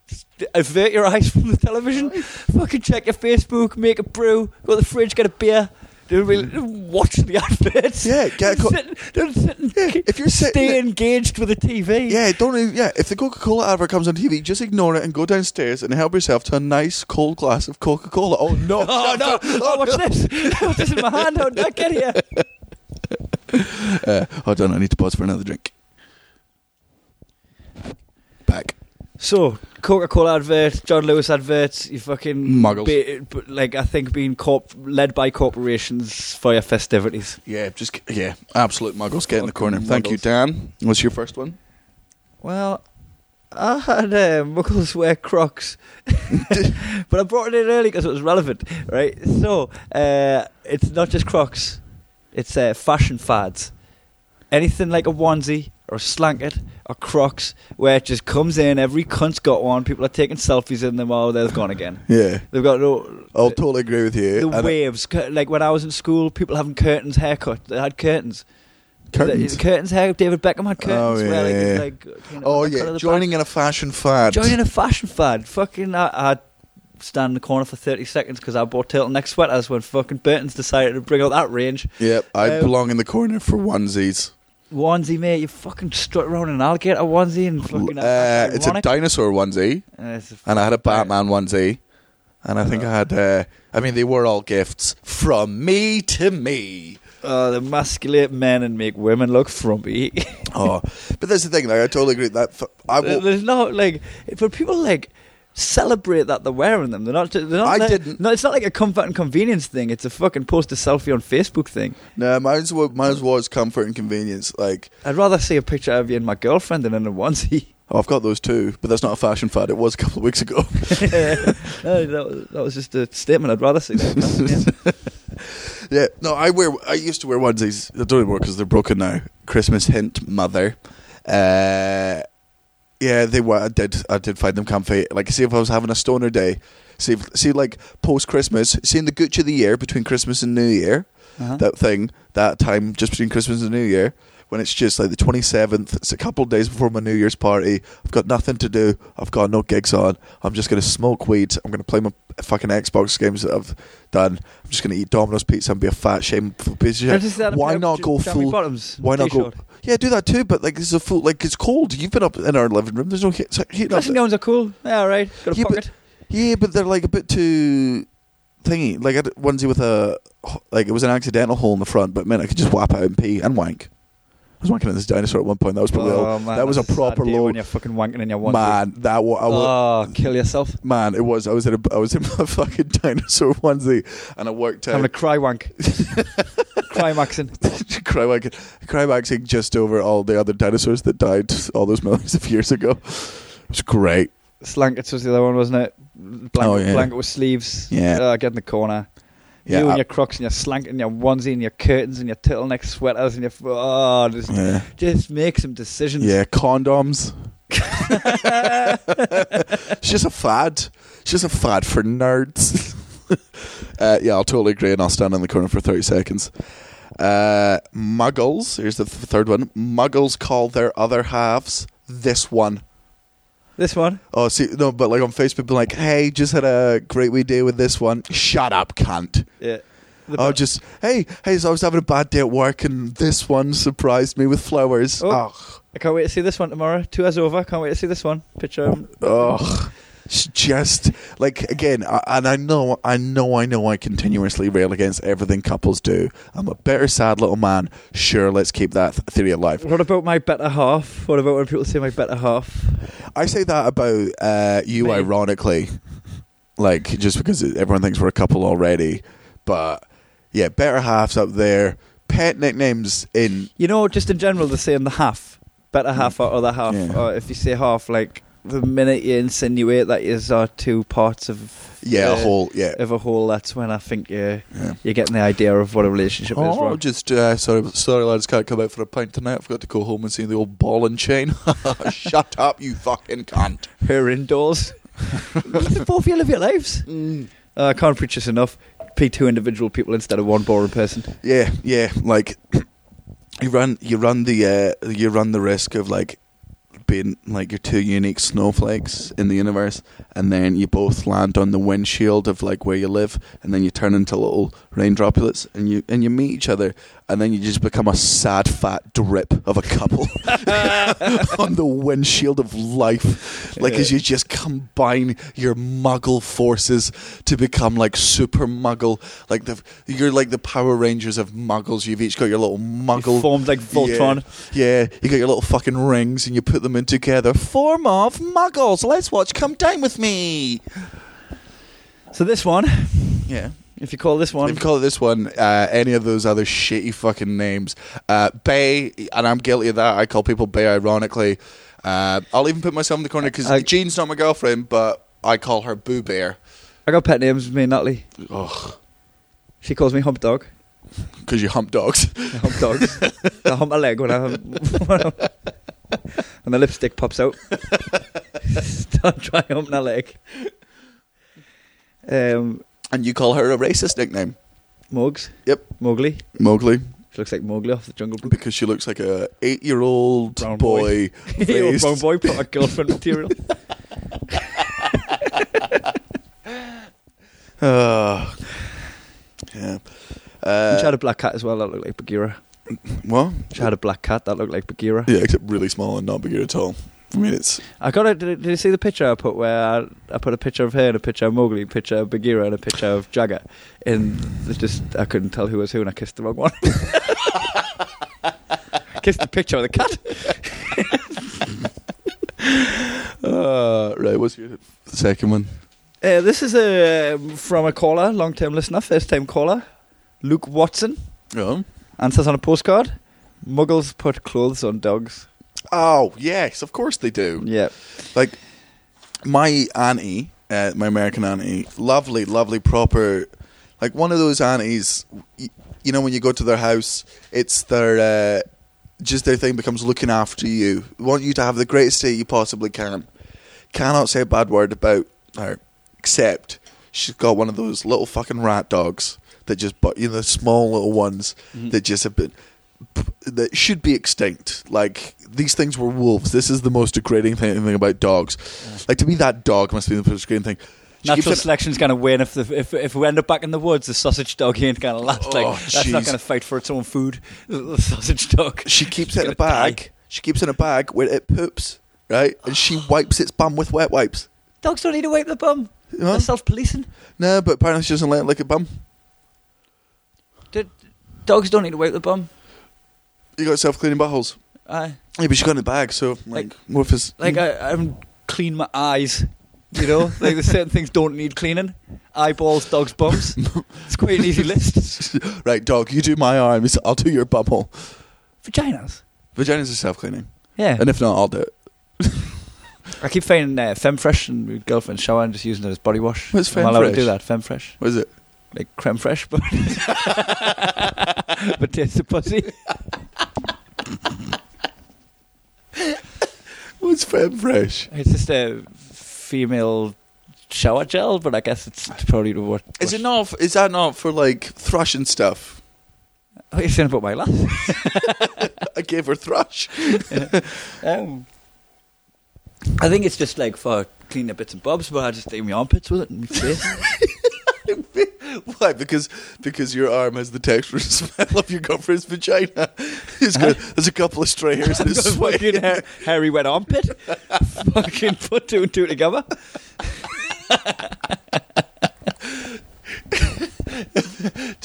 Speaker 2: Just Avert your eyes from the television. Fucking check your Facebook, make a brew, go to the fridge, get a beer. Don't really don't watch the adverts.
Speaker 3: Yeah, get a co-
Speaker 2: don't sit, don't sit and
Speaker 3: Yeah, if you're sitting
Speaker 2: stay
Speaker 3: there-
Speaker 2: engaged with the TV.
Speaker 3: Yeah, don't. even- Yeah, if the Coca Cola advert comes on TV, just ignore it and go downstairs and help yourself to a nice cold glass of Coca Cola. Oh no!
Speaker 2: Oh no! Oh, watch this! Watch this in my hand. How did I get here?
Speaker 3: Uh, hold on, I need to pause for another drink. Back.
Speaker 2: So, Coca Cola adverts, John Lewis adverts, you fucking
Speaker 3: Muggles.
Speaker 2: ba- b- like I think being corp- led by corporations for your festivities.
Speaker 3: Yeah, just yeah, absolute muggles. Get in the
Speaker 2: Fucking
Speaker 3: corner. Thank you,
Speaker 2: muggles.
Speaker 3: Dan. What's your first one?
Speaker 2: Well, I had uh, Muggles wear Crocs, but I brought it in early because it was relevant, right? So uh, it's not just Crocs; it's uh, fashion fads. Anything like a onesie or a slanket or Crocs, where it just comes in. Every cunt's got one. People are taking selfies in them. Oh, they're gone again.
Speaker 3: Yeah,
Speaker 2: They've got no.
Speaker 3: I'll totally agree with you.
Speaker 2: the
Speaker 3: Oh, And, uh,
Speaker 2: waves. Cur- Like when I was in school, people having curtains haircut. They had curtains.
Speaker 3: curtains.
Speaker 2: The- curtains hair. David Beckham had curtains.
Speaker 3: Oh,
Speaker 2: where, like,
Speaker 3: yeah.
Speaker 2: like, kind of
Speaker 3: oh
Speaker 2: the colour
Speaker 3: yeah,
Speaker 2: of the
Speaker 3: joining in a fashion fad.
Speaker 2: back. joining a fashion fad. Fucking, I, I stand in the corner for thirty seconds because I bought turtleneck sweaters when fucking Burton's decided to bring out that range.
Speaker 3: Yep, I
Speaker 2: Um,
Speaker 3: belong in the corner for onesies.
Speaker 2: Onesie, mate, you fucking strut around an alligator onesie and fucking.
Speaker 3: Uh, it's a
Speaker 2: ironic.
Speaker 3: dinosaur onesie.
Speaker 2: Uh, it's a
Speaker 3: and I had a
Speaker 2: fucking-
Speaker 3: Batman onesie, and I think I had. Uh, I mean, they were all gifts from me to me.
Speaker 2: Oh, they emasculate men and make women look frumpy.
Speaker 3: Oh, but that's the thing. Like, I totally agree. That f- I
Speaker 2: There-
Speaker 3: will.
Speaker 2: There's no like for people like celebrate that they're wearing them. They're not. They're not
Speaker 3: I
Speaker 2: like-
Speaker 3: didn't.
Speaker 2: No, it's not like a comfort and convenience thing. It's a fucking post a selfie on Facebook thing.
Speaker 3: No, mine's was mine's was comfort and convenience. Like,
Speaker 2: I'd rather see a picture of you and my girlfriend than in a onesie.
Speaker 3: oh, I've got those too, but that's not a fashion fad. It was a couple of weeks ago.
Speaker 2: no, that, was, that was just a statement. I'd rather see that.
Speaker 3: yeah, no, I wear. I used to wear onesies. I don't anymore because they're broken now. Christmas hint, mother. Uh, yeah, they were. I did. I did find them comfy. Like, see if I was having a stoner day. See, if, see, like post Christmas, seeing the Gucci of the year between Christmas and New Year.
Speaker 2: Uh-huh.
Speaker 3: That thing, that time just between Christmas and New Year, when it's just like the twenty seventh. It's a couple of days before my New Year's party. I've got nothing to do. I've got no gigs on. I'm just gonna smoke weed. I'm gonna play my fucking Xbox games that I've done. I'm just gonna eat Domino's pizza and be a fat shameful piece of
Speaker 2: Can I
Speaker 3: shit.
Speaker 2: just say that
Speaker 3: Why
Speaker 2: about
Speaker 3: not
Speaker 2: J-
Speaker 3: go
Speaker 2: Jeremy
Speaker 3: full?
Speaker 2: Bottoms
Speaker 3: Why not go?
Speaker 2: t-shirt?
Speaker 3: Yeah, do that too. But like, this is a full. Like, it's cold. You've been up in our living room. There's no heat. it's heating up
Speaker 2: Dressing gowns are cool. Yeah, all right. Got a
Speaker 3: Yeah, but-
Speaker 2: pocket.
Speaker 3: yeah, but they're like a bit too thingy. Like I had onesie with a like it was an accidental hole in the front, but man, I could just whap out and pee and wank. I was wanking at this dinosaur at one point. That was probably all.
Speaker 2: Oh, man,
Speaker 3: that was a
Speaker 2: that's sad
Speaker 3: proper
Speaker 2: day
Speaker 3: low.
Speaker 2: When you're fucking wanking in your Uh, onesie.
Speaker 3: Man, that wa- I wa-
Speaker 2: oh, kill yourself.
Speaker 3: man, it was. I was in a, I was in my fucking dinosaur onesie, and I worked
Speaker 2: Having a
Speaker 3: out.
Speaker 2: cry wank. cry maxing.
Speaker 3: cry wanking, cry waxing just over all the other dinosaurs that died all those millions of years ago. It was great.
Speaker 2: Slankets was the other one, wasn't it? Blanket,
Speaker 3: Oh, yeah.
Speaker 2: blanket with sleeves.
Speaker 3: Yeah.
Speaker 2: Oh, get in the corner.
Speaker 3: Yeah,
Speaker 2: you and
Speaker 3: I-
Speaker 2: your crocs and your slanket and your onesie and your curtains and your turtleneck sweaters and your. f- Oh, just,
Speaker 3: Yeah.
Speaker 2: just make some decisions.
Speaker 3: Yeah, condoms. it's just a fad. It's just a fad for nerds. uh, yeah, I'll totally agree, and I'll stand in the corner for 30 seconds. Uh, muggles, here's the th- third one. Muggles call their other halves this one.
Speaker 2: This one.
Speaker 3: Oh, see, no, but like on Facebook, be like, hey, just had a great wee day with this one. Shut up, cunt.
Speaker 2: Yeah. The-
Speaker 3: Oh, just, hey, hey, so I was having a bad day at work, and this one surprised me with flowers.
Speaker 2: Oh.
Speaker 3: Ugh.
Speaker 2: I can't wait to see this one tomorrow. Two hours over. Can't wait to see this one. Picture. um,
Speaker 3: Ugh. It's just like again, I, and I know, I know, I know, I continuously rail against everything couples do. I'm a better sad little man. Sure, let's keep that th- theory alive.
Speaker 2: What about my better half? What about when people say my better half?
Speaker 3: I say that about uh, you,
Speaker 2: Babe.
Speaker 3: ironically, like just because everyone thinks we're a couple already. But yeah, better halves up there. Pet nicknames in
Speaker 2: You know, just in general, they're saying the half, better half or other half.
Speaker 3: Yeah.
Speaker 2: Or if you say half, like the minute you insinuate that is are two parts of
Speaker 3: yeah,
Speaker 2: uh,
Speaker 3: a whole yeah.
Speaker 2: of a whole, that's when I think you're
Speaker 3: yeah.
Speaker 2: you're getting the idea of what a relationship is.
Speaker 3: Oh,
Speaker 2: Rob.
Speaker 3: just uh, sorry, sorry, lads, can't come out for a pint tonight. I forgot to go home and see the old ball and chain. Shut up, you fucking cunt.
Speaker 2: Her indoors. Let the both of you live your lives.
Speaker 3: Mm.
Speaker 2: Uh, I can't preach this enough. Be two individual people instead of one boring person.
Speaker 3: Yeah, yeah. Like you run, you run the, uh, you run the risk of like being like your two unique snowflakes in the universe, and then you both land on the windshield of like where you live, and then you turn into little rain droplets, and you and you meet each other, and then you just become a sad fat drip of a couple on the windshield of life, like as you just combine your muggle forces to become like super muggle, like the you're like the Power Rangers of muggles. You've each got your little muggle
Speaker 2: Formed like Voltron.
Speaker 3: yeah, yeah, you got your little fucking rings and you put them in together. Form of muggles. Let's watch Come Down with Me.
Speaker 2: So this one,
Speaker 3: Yeah.
Speaker 2: if you call this
Speaker 3: If
Speaker 2: one,
Speaker 3: you call it this one, uh, any of those other shitty fucking names. Uh, Bay, and I'm guilty of that. I call people Bay ironically. Uh, I'll even put myself in the corner because
Speaker 2: I-
Speaker 3: Jean's not my girlfriend, but I call her Boo Bear.
Speaker 2: I got pet names. with Me and Natalie.
Speaker 3: Ugh.
Speaker 2: She calls me hump dog.
Speaker 3: Because you hump dogs.
Speaker 2: I hump dogs. I hump my leg when I hump, when I'm- and the lipstick pops out. Start trying to hump my leg. Um,
Speaker 3: and you call her a racist nickname.
Speaker 2: Mugs.
Speaker 3: Yep.
Speaker 2: Mowgli.
Speaker 3: Mowgli.
Speaker 2: She looks like Mowgli off the Jungle Book.
Speaker 3: Because she looks like a eight year old
Speaker 2: Brown
Speaker 3: boy.
Speaker 2: boy. Your
Speaker 3: raised-
Speaker 2: brown boy put a girlfriend material.
Speaker 3: Uh, yeah.
Speaker 2: she
Speaker 3: Uh,
Speaker 2: had a black cat as well. That looked like Bagheera.
Speaker 3: what?
Speaker 2: She had a black cat that looked like Bagheera.
Speaker 3: Yeah, except really small and not bigger at all. I mean, it's
Speaker 2: I got it. Did, did you see the picture I put where I, I put a picture of her and a picture of Mowgli, a picture of Bagheera and a picture of Jagger? And it's just I couldn't tell who was who, and I kissed the wrong one. I kissed the picture of the cat.
Speaker 3: uh, right. What's your second one?
Speaker 2: Uh, this is a from a caller, long-term listener, first-time caller, Luke Watson.
Speaker 3: Oh,
Speaker 2: Answers on a postcard. Muggles put clothes on dogs.
Speaker 3: oh yes, of course they do.
Speaker 2: Yeah.
Speaker 3: like my auntie, uh, my American auntie, lovely, lovely, proper, like one of those aunties. You, you know, when you go to their house, it's their uh, just their thing becomes looking after you. Want you to have the greatest day you possibly can. Cannot say a bad word about her, except she's got one of those little fucking rat dogs that just, but you know, the small little ones that just have been that should be extinct. Like these things were wolves. This is the most degrading thing, thing about dogs. Like to be that dog must be the most degrading thing. She keeps
Speaker 2: Natural
Speaker 3: it-
Speaker 2: selection's going to win. If, the, if if we end up back in the woods, the sausage dog ain't going to last.
Speaker 3: Oh,
Speaker 2: like that's not
Speaker 3: jeez.
Speaker 2: going to fight for its own food. The, the sausage dog.
Speaker 3: she keeps
Speaker 2: She's
Speaker 3: it in a
Speaker 2: gonna die.
Speaker 3: bag. She keeps it in a bag where it poops, right? And she wipes its bum with wet wipes.
Speaker 2: Dogs don't need to wipe their bum.
Speaker 3: Huh?
Speaker 2: They're self-policing.
Speaker 3: No, but apparently she doesn't let it lick a bum.
Speaker 2: D- Dogs don't need to wipe their bum.
Speaker 3: You got self cleaning buttholes.
Speaker 2: I
Speaker 3: Yeah, but she got in a bag, so like,
Speaker 2: Like-
Speaker 3: what if it's
Speaker 2: like I, I'm clean my eyes. You know, like there's certain things don't need cleaning. Eyeballs, dogs, bums. It's quite an easy list.
Speaker 3: right, dog, you do my arms, I'll do your bumhole.
Speaker 2: Vaginas.
Speaker 3: Vaginas are self cleaning.
Speaker 2: Yeah.
Speaker 3: And if not, I'll do it.
Speaker 2: I keep finding uh, Femfresh and my girlfriend shower and just using it as body wash.
Speaker 3: What's
Speaker 2: I'm allowed
Speaker 3: Femfresh?
Speaker 2: to do that. Femfresh.
Speaker 3: What is it?
Speaker 2: Like creme fresh, but but taste the pussy.
Speaker 3: What's Femme Fresh?
Speaker 2: It's just a female shower gel, but I guess it's probably the what.
Speaker 3: Is it not? Is that not for like thrush and stuff?
Speaker 2: What are you Oh, saying about my laugh?
Speaker 3: I gave her thrush.
Speaker 2: Um, I think it's just like for cleaning up bits and bobs, but I just do my armpits with it and my face.
Speaker 3: Why? Because because your arm has the texture and smell of your girlfriend's vagina. It's got, There's a couple of stray hairs that
Speaker 2: Got a
Speaker 3: sway.
Speaker 2: fucking ha- hairy wet armpit. fucking put two and two together.
Speaker 3: Do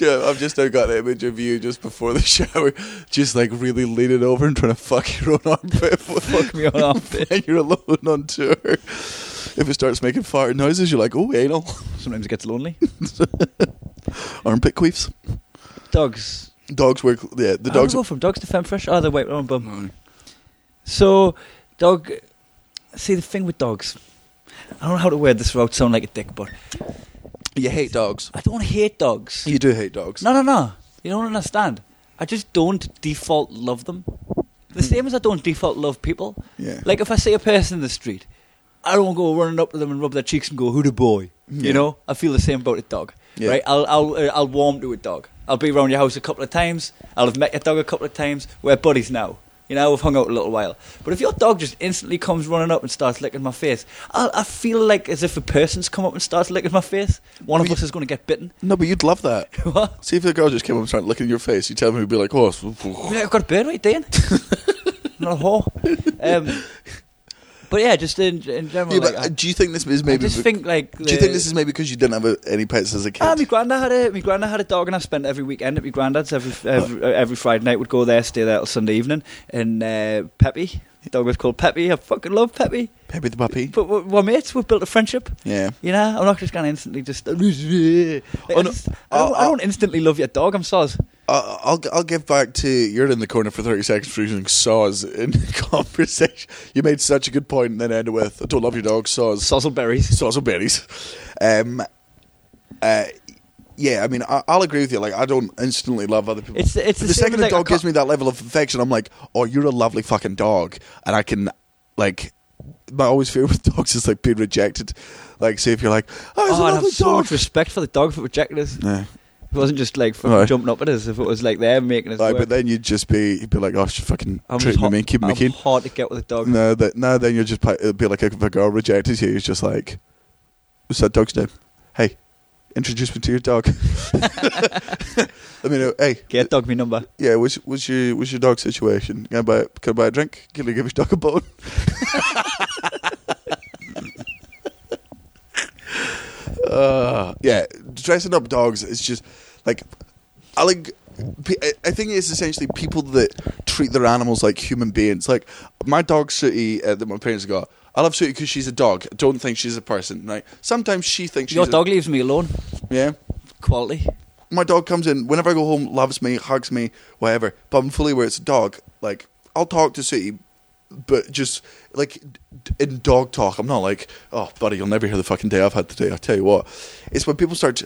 Speaker 3: you know, I've just now got an image of you just before the shower, just like really leaning over and trying to fuck your own armpit. fuck
Speaker 2: me on armpit.
Speaker 3: and you're alone on tour. If it starts making fart noises, you're like, oh, anal.
Speaker 2: Sometimes it gets lonely.
Speaker 3: Armpit queefs.
Speaker 2: Dogs.
Speaker 3: Dogs work. Yeah, the
Speaker 2: I
Speaker 3: dogs.
Speaker 2: would go from dogs to femfresh. Oh, they wipe their own bum. So, dog. See the thing with dogs. I don't know how to word this without sounding like a dick, but
Speaker 3: You hate dogs.
Speaker 2: I don't hate dogs.
Speaker 3: You do hate dogs.
Speaker 2: No, no, no. You don't understand. I just don't default love them. The same as I don't default love people.
Speaker 3: Yeah.
Speaker 2: Like if I see a person in the street, I don't go running up to them and rub their cheeks and go, "Who the boy?"
Speaker 3: Yeah.
Speaker 2: You know, I feel the same about a dog.
Speaker 3: Yeah.
Speaker 2: Right? I'll I'll uh, I'll warm to a dog. I'll be around your house a couple of times. I'll have met your dog a couple of times. We're buddies now. You know, we've hung out a little while. But if your dog just instantly comes running up and starts licking my face, I'll, I feel like as if a person's come up and starts licking my face. One of us is going to get bitten.
Speaker 3: No, but you'd love that.
Speaker 2: what?
Speaker 3: See if the girl just came up and started looking at your face. You tell me, you'd be like, oh, it's-
Speaker 2: Be like, I've got a bird right then. Not a whore. Um, but yeah, just in, in general,
Speaker 3: Yeah,
Speaker 2: like,
Speaker 3: but uh,
Speaker 2: I,
Speaker 3: do you think this is
Speaker 2: I
Speaker 3: maybe?
Speaker 2: just
Speaker 3: bec-
Speaker 2: think like.
Speaker 3: do you think this is maybe because you didn't have a, any pets as a kid?
Speaker 2: Ah, my granddad had a my granddad had a dog, and I spent every weekend at my granddad's. Every every, uh, every Friday night, would go there, stay there till Sunday evening. And uh, Peppy, the dog was called Peppy. I fucking love Peppy.
Speaker 3: Peppy the puppy.
Speaker 2: But we're, we're mates. We've built a friendship.
Speaker 3: Yeah.
Speaker 2: You know, I'm not just gonna instantly just. Like, I,
Speaker 3: Oh, no.
Speaker 2: just- I don't, I
Speaker 3: I'll-
Speaker 2: don't instantly love your dog. I'm sorry.
Speaker 3: I'll, I'll I'll give back to you're in the corner for thirty seconds for using saws in conversation. You made such a good point, and then ended with I don't love your dog saws.
Speaker 2: Sozzleberries.
Speaker 3: Saws and berries. Um, uh, yeah, I mean I, I'll agree with you. Like I don't instantly love other people.
Speaker 2: It's- it's
Speaker 3: But
Speaker 2: the
Speaker 3: the
Speaker 2: same
Speaker 3: second
Speaker 2: as,
Speaker 3: a
Speaker 2: like,
Speaker 3: dog
Speaker 2: I
Speaker 3: gives
Speaker 2: can't-
Speaker 3: me that level of affection, I'm like, oh, you're a lovely fucking dog, and I can like. My always fear with dogs is like being rejected. Like, say if you're like, oh, it's
Speaker 2: Oh,
Speaker 3: a
Speaker 2: and I
Speaker 3: lovely
Speaker 2: have so
Speaker 3: dog.
Speaker 2: much respect for the dog for rejecting us.
Speaker 3: Yeah.
Speaker 2: It wasn't just like fucking
Speaker 3: Right.
Speaker 2: jumping up at us. If it was like they're making us.
Speaker 3: Like,
Speaker 2: work.
Speaker 3: but then you'd just be, you'd be like, oh, she's fucking
Speaker 2: just
Speaker 3: treating me,
Speaker 2: hot-
Speaker 3: mean, keeping me
Speaker 2: I'm
Speaker 3: keen.
Speaker 2: hard to get with a dog.
Speaker 3: No, that no, then you'll just play, it'll be like if a girl rejected you, it's just like, what's that dog's name? Hey, introduce me to your dog. I mean, uh, hey,
Speaker 2: Get dog me number.
Speaker 3: yeah, what's what's your what's your dog situation? Can I buy can I buy a drink? Can you give your dog a bone? uh, yeah, dressing up dogs is just like I like. pe- I- I think it's essentially people that treat their animals like human beings. Like my dog Sooty uh, that my parents got. I love Sooty because she's a dog. I don't think she's a person. Like sometimes she thinks she's
Speaker 2: Your
Speaker 3: a-
Speaker 2: dog leaves me alone.
Speaker 3: Yeah
Speaker 2: Quality.
Speaker 3: my dog comes in whenever I go home, loves me, hugs me, whatever. But I'm fully aware it's a dog. Like I'll talk to City, but just like d- in dog talk, I'm not like, oh, buddy, you'll never hear the fucking day I've had today. I tell you what, it's when people start t-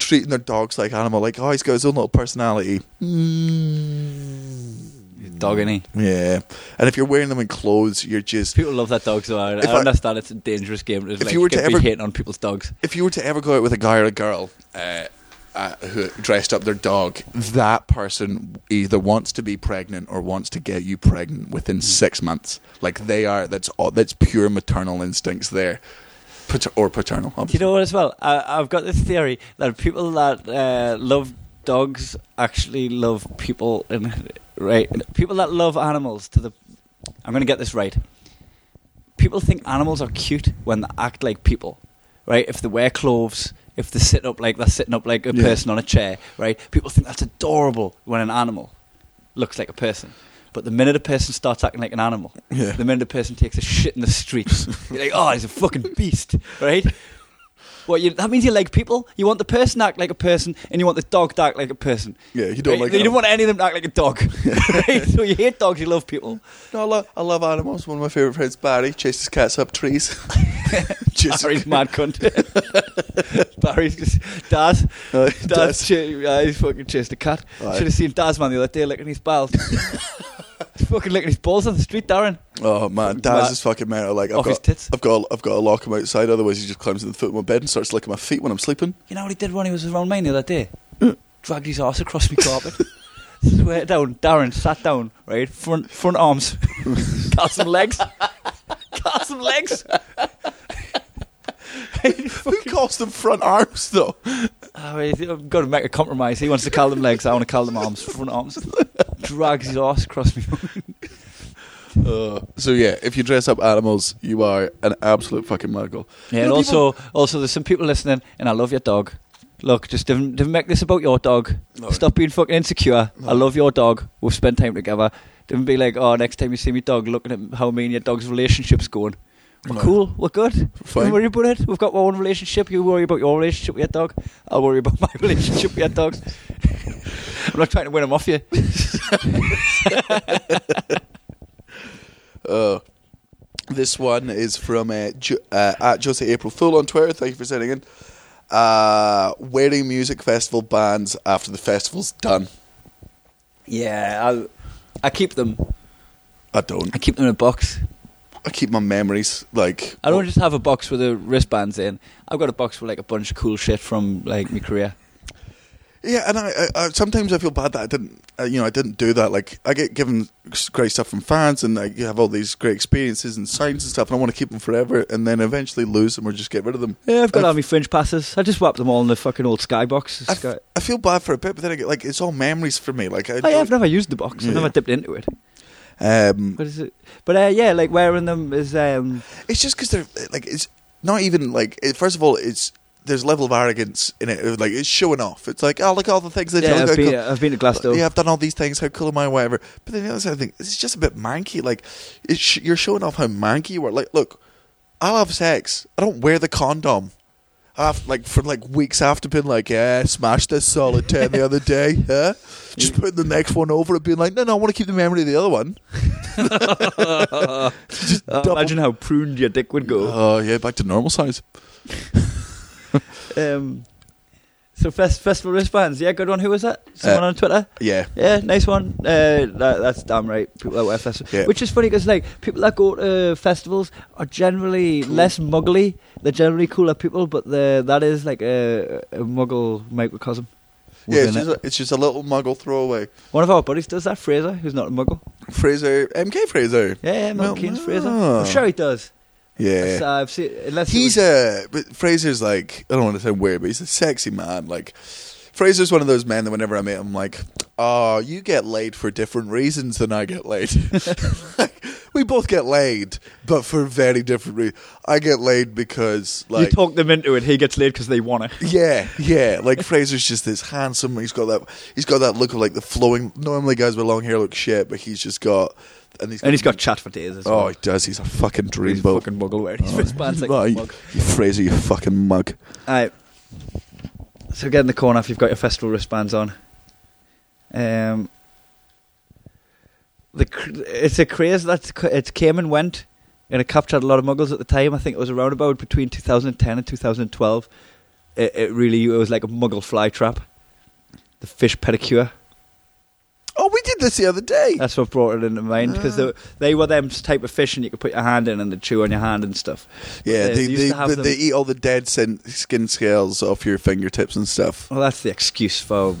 Speaker 3: treating their dogs like animal, like oh, he's got his own little personality. Mm.
Speaker 2: Dog any.
Speaker 3: Yeah, and if you're wearing them in clothes, you're just.
Speaker 2: People love that dog, so I,
Speaker 3: If
Speaker 2: I
Speaker 3: I-
Speaker 2: understand it's a dangerous game. It's
Speaker 3: If
Speaker 2: like
Speaker 3: you were to
Speaker 2: get be
Speaker 3: ever-
Speaker 2: hating on people's dogs,
Speaker 3: If you were to ever go out with a guy or a girl. Uh, uh, who dressed up their dog? That person either wants to be pregnant or wants to get you pregnant
Speaker 2: Mm.
Speaker 3: within six months. Like they are. That's all. That's pure maternal instincts there, Pater- or paternal.
Speaker 2: do you
Speaker 3: Obviously.
Speaker 2: know what? As well, I, I've got this theory that people that uh, love dogs actually love people. And right, people that love animals to the. I'm going to get this right. People think animals are cute when they act like people, right? If they wear clothes, if they sit up like they're sitting up like a
Speaker 3: Yeah.
Speaker 2: person on a chair, right? People think that's adorable when an animal looks like a person. But the minute a person starts acting like an animal,
Speaker 3: Yeah.
Speaker 2: the minute a person takes a shit in the streets, you're like, oh, he's a fucking beast, right? Well, you, that means you like people. You want the person to act like a person, and you want the dog to act like a person.
Speaker 3: Yeah, you don't
Speaker 2: Right?
Speaker 3: like
Speaker 2: You
Speaker 3: animals.
Speaker 2: don't want any of them to act like a dog. right? So you hate dogs, you love people.
Speaker 3: No, I, love, I love animals. One of my favorite friends, Barry, chases cats up trees. Chases-
Speaker 2: Barry's mad cunt. Barry's just Daz.
Speaker 3: Uh,
Speaker 2: Daz,
Speaker 3: Daz.
Speaker 2: Ch- yeah, he's fucking chased a cat.
Speaker 3: Aye.
Speaker 2: Should have seen Daz man the other day licking his balls. He's fucking licking his balls on the street, Darren.
Speaker 3: Oh man, Daz
Speaker 2: Matt-
Speaker 3: is fucking mental. Like I've
Speaker 2: Off
Speaker 3: got,
Speaker 2: his tits.
Speaker 3: I've got, I've got to lock him outside. Otherwise, he just climbs to the foot of my bed and starts licking my feet when I'm sleeping.
Speaker 2: You know what he did when he was around mine the other day? Dragged his arse across my carpet. Swear down, Darren sat down, right? Front front arms. Got some legs. Got some legs.
Speaker 3: Who calls them front arms though?
Speaker 2: I mean, I've got to make a compromise. He wants to call them legs, I want to call them arms, front arms. Drags his arse across me.
Speaker 3: Uh, so yeah, if you dress up animals, you are an absolute fucking miracle.
Speaker 2: Yeah, and
Speaker 3: No,
Speaker 2: also, also, there's some people listening, and I love your dog. Look, just don't, don't make this about your dog.
Speaker 3: No.
Speaker 2: Stop being fucking insecure. I love your dog. We've spent time together. Don't be like, oh, next time you see me dog, looking at how me and your dog's relationship's going. We're
Speaker 3: No.
Speaker 2: cool. We're good.
Speaker 3: Fine.
Speaker 2: Don't worry about it. We've got our own relationship. You worry about your relationship with your dog. I'll worry about my relationship with your dogs. I'm not trying to win them off you.
Speaker 3: Uh, this one is from uh, Ju- uh, at Josie April Fool on Twitter. Thank you for sending in. Uh, wedding music festival bands after the festival's done.
Speaker 2: Yeah, I, I keep them.
Speaker 3: I don't.
Speaker 2: I keep them in a box.
Speaker 3: I keep my memories like.
Speaker 2: I don't just have a box with the wristbands in. I've got a box with like a bunch of cool shit from like my career.
Speaker 3: Yeah, and I, I, I sometimes I feel bad that I didn't, uh, you know, I didn't do that. Like I get given s- great stuff from fans, and like, you have all these great experiences and signs and stuff, and I want to keep them forever, and then eventually lose them or just get rid of them.
Speaker 2: Yeah, I've got
Speaker 3: I've-
Speaker 2: all my fringe passes. I just whapped them all in the fucking old skybox.
Speaker 3: I,
Speaker 2: It's
Speaker 3: f-
Speaker 2: got-
Speaker 3: I feel bad for a bit, but then I get like it's all memories for me. Like I,
Speaker 2: Oh, yeah, I've never used the box.
Speaker 3: Yeah.
Speaker 2: I've never dipped into it.
Speaker 3: um,
Speaker 2: What is it? But uh, yeah, like wearing them is um,
Speaker 3: it's just because they're like it's not even like it, first of all it's there's a level of arrogance in it. Like it's showing off. It's like oh look at all the things they
Speaker 2: yeah.
Speaker 3: do.
Speaker 2: I've
Speaker 3: Look how
Speaker 2: been,
Speaker 3: cool-
Speaker 2: I've been to Glasgow.
Speaker 3: yeah, I've done all these things. How cool am I? Whatever. But then the other side of the thing, it's just a bit manky. Like, it's sh- you're showing off how manky you are. Like, look, I'll have sex. I don't wear the condom. I've like for like weeks after being like, yeah, smashed this solid ten the other day. Huh? Just putting the next one over it, being like, no, no, I want to keep the memory of the other one. Just
Speaker 2: Uh,
Speaker 3: double-
Speaker 2: imagine how pruned your dick would go.
Speaker 3: Oh yeah, back to normal size. Oh.
Speaker 2: Um, so fest- festival wristbands. Yeah, good one. Who was that? Someone
Speaker 3: Uh,
Speaker 2: on Twitter.
Speaker 3: Yeah,
Speaker 2: Yeah, nice one. Uh, that, that's damn right. People that wear festivals,
Speaker 3: Yeah.
Speaker 2: which is funny because like people that go to festivals are generally less muggly. They're generally cooler people, but the that is like a, a muggle microcosm.
Speaker 3: yeah. It's
Speaker 2: within
Speaker 3: just,
Speaker 2: it.
Speaker 3: a, it's just a little muggle throwaway.
Speaker 2: One of our buddies does that. Fraser, who's not a muggle.
Speaker 3: Fraser, MK Fraser.
Speaker 2: Yeah, yeah Mel
Speaker 3: Well,
Speaker 2: Keynes, Fraser.
Speaker 3: ah.
Speaker 2: I'm sure he does.
Speaker 3: Yeah.
Speaker 2: That's- uh, I've seen, unless it
Speaker 3: He's
Speaker 2: was-
Speaker 3: a but Fraser's like I don't want to sound weird, but he's a sexy man. Like Fraser's one of those men that whenever I meet him, I'm like, oh, you get laid for different reasons than I get laid. Like, we both get laid, but for very different reasons. I get laid because like
Speaker 2: you talk them into it. He gets laid because they want it.
Speaker 3: yeah, yeah. Like Fraser's just this handsome. He's got that. He's got that look of like the flowing. Normally guys with long hair look shit, but he's just got and he's
Speaker 2: And he's got chat for days as well.
Speaker 3: Oh, he does. He's a Oh, fucking
Speaker 2: he's
Speaker 3: dreamboat.
Speaker 2: fucking muggle wearing his wristbands like a
Speaker 3: Right.
Speaker 2: mug.
Speaker 3: You Fraser, you fucking mug.
Speaker 2: Alright. So get in the corner if you've got your festival wristbands on. Um, the cr- it's a craze that it came and went, and it captured a lot of muggles at the time. I think it was around about between 2010 and 2012. It, it really it was like a muggle fly trap. The fish pedicure.
Speaker 3: Oh, we did this the other day.
Speaker 2: That's what brought it into mind
Speaker 3: Ah.
Speaker 2: because they, they were them type of fish, and you could put your hand in and they chew on your hand and stuff.
Speaker 3: Yeah, they
Speaker 2: They- they used
Speaker 3: they,
Speaker 2: to have
Speaker 3: they,
Speaker 2: them-
Speaker 3: they eat all the dead sin, skin scales off your fingertips and stuff.
Speaker 2: Well, that's the excuse for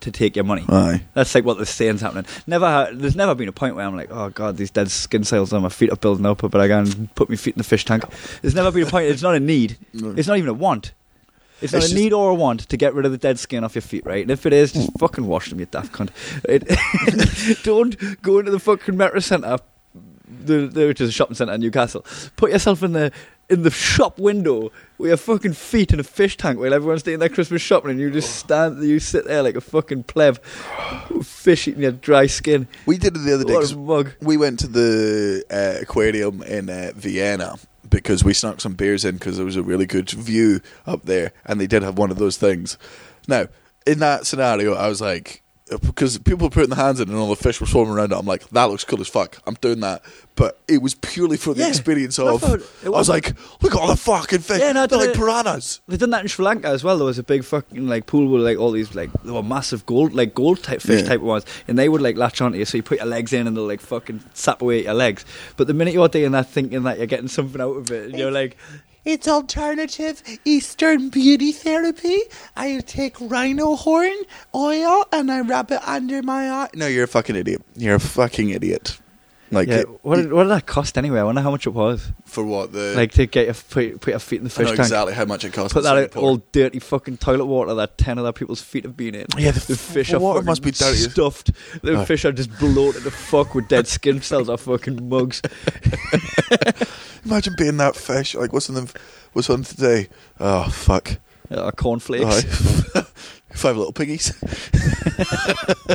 Speaker 2: to take your money.
Speaker 3: Aye.
Speaker 2: That's like what the saying's happening. Never, ha- there's never been a point where I'm like, oh god, these dead skin cells on my feet are building up, but I can put my feet in the fish tank. There's never been a point. It's not a need.
Speaker 3: No.
Speaker 2: It's not even a want. It's not
Speaker 3: It's just-
Speaker 2: a
Speaker 3: Mm.
Speaker 2: need or a want to get rid of the dead skin off your feet, right? And if it is, just fucking wash them, you daft cunt. It, don't go into the fucking Metro Centre, the, the, which is a shopping centre in Newcastle. Put yourself in the in the shop window with your fucking feet in a fish tank while everyone's doing their Christmas shopping, and you just stand, you sit there like a fucking pleb, fish eating your dry skin.
Speaker 3: We did it the other day.
Speaker 2: What
Speaker 3: 'cause
Speaker 2: a mug.
Speaker 3: we went to the uh, aquarium in uh, Vienna because we snuck some beers in because there was a really good view up there, and they did have one of those things. Now, in that scenario, I was like, because people were putting their hands in and all the fish were swarming around it, I'm like, that looks cool as fuck. I'm doing that, but it was purely for the
Speaker 2: Yeah,
Speaker 3: experience
Speaker 2: I
Speaker 3: of. I,
Speaker 2: thought it
Speaker 3: was
Speaker 2: wasn't-
Speaker 3: like, look at all the fucking fish.
Speaker 2: Yeah, no, I
Speaker 3: They're like
Speaker 2: did it-
Speaker 3: piranhas.
Speaker 2: They've done that in Sri Lanka as well. There was a big fucking like pool with like all these like there were massive gold like gold type fish
Speaker 3: Yeah.
Speaker 2: type ones, and they would like latch onto you. So you put your legs in, and they'll like fucking sap away at your legs. But the minute you're doing that, thinking that you're getting something out of it, and you're like,
Speaker 4: It's alternative Eastern beauty therapy. I take rhino horn oil and I rub it under my eye.
Speaker 3: No, you're a fucking idiot. You're a fucking idiot. Like
Speaker 2: yeah.
Speaker 3: it-
Speaker 2: what, did, what did that cost anyway? I wonder how much it was.
Speaker 3: for what the
Speaker 2: Like to get your put, put your feet in the
Speaker 3: I know
Speaker 2: fish tank.
Speaker 3: exactly how much it costs.
Speaker 2: Put
Speaker 3: in
Speaker 2: that out,
Speaker 3: Singapore.
Speaker 2: all dirty fucking toilet water that ten other people's feet have been in.
Speaker 3: Yeah, the
Speaker 2: The
Speaker 3: f-
Speaker 2: fish are
Speaker 3: water
Speaker 2: fucking
Speaker 3: must be dirty as-
Speaker 2: stuffed. The
Speaker 3: Oh.
Speaker 2: fish are just bloated the fuck with dead skin cells off fucking mugs.
Speaker 3: Imagine being that fish. Like what's on the what's on today? Oh fuck!
Speaker 2: Uh, cornflakes.
Speaker 3: Aye. Five little piggies.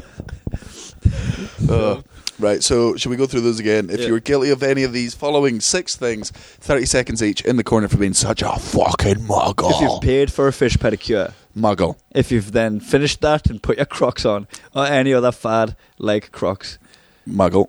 Speaker 3: Uh, right, so should we go through those again? If
Speaker 2: Yeah.
Speaker 3: you were guilty of any of these following six things, 30 seconds each in the corner for being such a fucking
Speaker 2: If you've
Speaker 3: muggle.
Speaker 2: paid for a fish pedicure,
Speaker 3: muggle.
Speaker 2: if you've then finished that and put your Crocs on, or any other fad like Crocs,
Speaker 3: Muggle.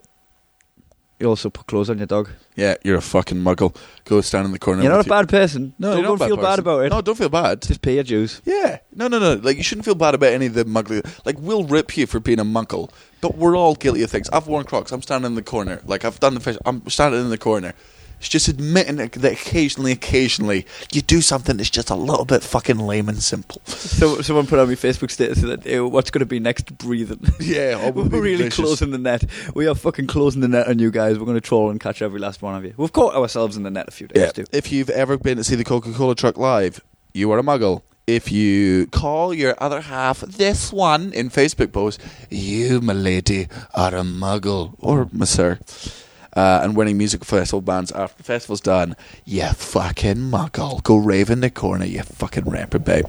Speaker 2: you also put clothes on your dog.
Speaker 3: Yeah, you're a fucking muggle. Go stand in the corner.
Speaker 2: you're not
Speaker 3: with
Speaker 2: a
Speaker 3: your-
Speaker 2: bad person.
Speaker 3: No,
Speaker 2: so
Speaker 3: you're
Speaker 2: don't
Speaker 3: not a
Speaker 2: feel bad
Speaker 3: person.
Speaker 2: about it.
Speaker 3: No, don't feel bad.
Speaker 2: Just pay your dues.
Speaker 3: Yeah. No, no, no. Like, you shouldn't feel bad about any of the muggly. Like, we'll rip you for being a muckle, but we're all guilty of things. I've worn Crocs. I'm standing in the corner. Like, I've done the fish. I'm standing in the corner. It's just admitting it- that occasionally, occasionally, you do something that's just a little bit fucking lame and simple.
Speaker 2: So, someone put on my Facebook status that "Ew, what's going to be next? Breathing.
Speaker 3: Yeah. or
Speaker 2: We're
Speaker 3: we'll be
Speaker 2: really
Speaker 3: vicious.
Speaker 2: closing the net. We are fucking closing the net on you guys. We're going to troll and catch every last one of you. We've caught ourselves in the net a few
Speaker 3: Yeah.
Speaker 2: times too.
Speaker 3: If you've ever been to see the Coca Cola truck live, you are a muggle. If you call your other half this one in Facebook posts, you, my lady, are a muggle. Or, my sir. Uh, and winning music festival bands after the festival's done, you fucking muggle. Go rave in the corner, you fucking reprobate.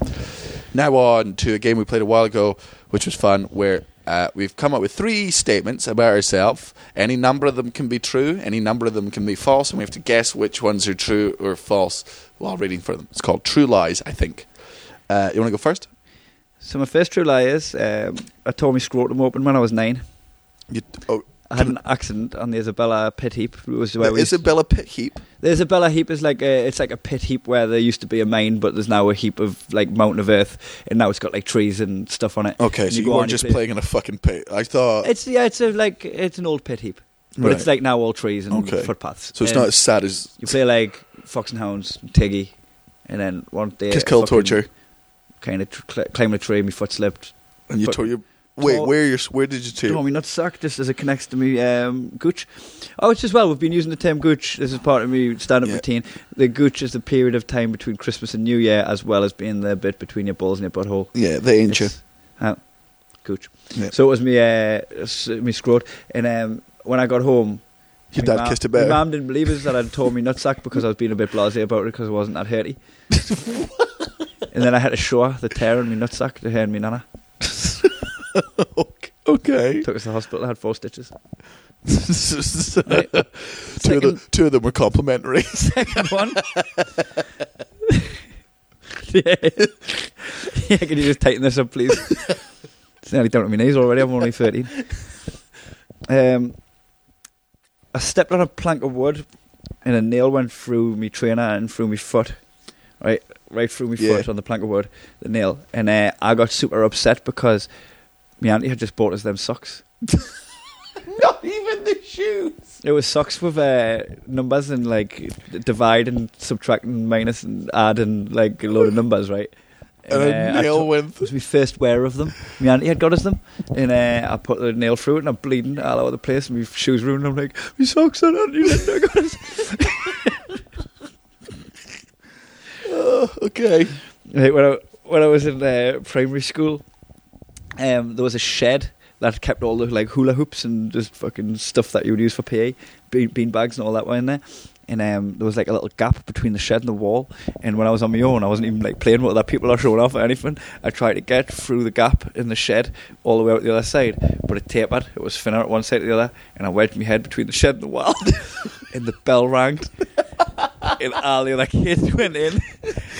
Speaker 3: Now on to a game we played a while ago, which was fun, where uh, we've come up with three statements about ourselves. Any number of them can be true, any number of them can be false, and we have to guess which ones are true or false while reading for them. It's called True Lies, I think. Uh, you want to go first?
Speaker 2: So my first true lie is um, I tore my scrotum open when I was nine.
Speaker 3: You, oh,
Speaker 2: I had an accident on the Isabella pit heap. It was where
Speaker 3: the
Speaker 2: we used-
Speaker 3: Isabella Pit Heap.
Speaker 2: the Isabella heap is like a, it's like a pit heap where there used to be a main, but there's now a heap of like mountain of earth, and now it's got like trees and stuff on it.
Speaker 3: Okay,
Speaker 2: And
Speaker 3: so you,
Speaker 2: go on,
Speaker 3: weren't just
Speaker 2: play-
Speaker 3: playing in a fucking pit. I thought.
Speaker 2: It's yeah, it's a, like it's an old pit heap, but
Speaker 3: Right.
Speaker 2: it's like now all trees and
Speaker 3: Okay.
Speaker 2: footpaths.
Speaker 3: so it's
Speaker 2: And
Speaker 3: not as sad as
Speaker 2: You play like Fox and Hounds, Tiggy, and then one day
Speaker 3: Kiss Kill Torture.
Speaker 2: kind of tr- cl- climbing a tree, and my foot slipped.
Speaker 3: And you
Speaker 2: but-
Speaker 3: tore your. Wait,
Speaker 2: Tor-
Speaker 3: where, your, where did you tear?
Speaker 2: Oh, me not suck. Just as it connects to me, um, gooch. Oh, it's as well. We've been using the term gooch. This is part of me stand-up
Speaker 3: Yeah.
Speaker 2: routine. The gooch is the period of time between Christmas and New Year, as well as being the bit between your balls and your butthole.
Speaker 3: Yeah, the ancient.
Speaker 2: It's- uh, gooch.
Speaker 3: Yeah.
Speaker 2: So it was me, uh, s- me scrot, and um, when I got home.
Speaker 3: Your
Speaker 2: my
Speaker 3: dad
Speaker 2: ma-
Speaker 3: kissed it better.
Speaker 2: My mum didn't believe us that I'd torn me nutsack because I was being a bit blasé about it because I wasn't that hurty. and then I had to show her the tear in my nutsack to her and my nana.
Speaker 3: Okay.
Speaker 2: Took us to the hospital, I had four stitches.
Speaker 3: two, of
Speaker 2: Second-
Speaker 3: the, two of them were complimentary.
Speaker 2: second one. yeah. yeah, can you just tighten this up, please? it's nearly down to my knees already. I'm only 13. Um, I stepped on a plank of wood and a nail went through me trainer and through my foot. Right, right through my
Speaker 3: Yeah.
Speaker 2: foot on the plank of wood, the nail. And uh, I got super upset because my auntie had just bought us them socks.
Speaker 3: Not even the shoes.
Speaker 2: It was socks with uh, numbers and like divide and subtract and minus and add and like a load of numbers, right?
Speaker 3: And
Speaker 2: uh, I
Speaker 3: a nail
Speaker 2: took-
Speaker 3: went.
Speaker 2: it was my first wear of them. My auntie had got us them, and uh, I put the nail through it, and I'm bleeding all over the place, and my shoes ruined. I'm like, my socks are not. You didn't got us.
Speaker 3: Oh, okay.
Speaker 2: Like, when I when I was in uh, primary school, um, there was a shed that kept all the like hula hoops and just fucking stuff that you would use for PE, bean, bean bags and all that were in there. And um, there was like a little gap between the shed and the wall. And when I was on my own, I wasn't even like playing with other people or showing off or anything. I tried to get through the gap in the shed all the way out the other side, but it tapered. It was thinner at one side to the other, and I wedged my head between the shed and the wall. and the bell rang, and all the other kids went in,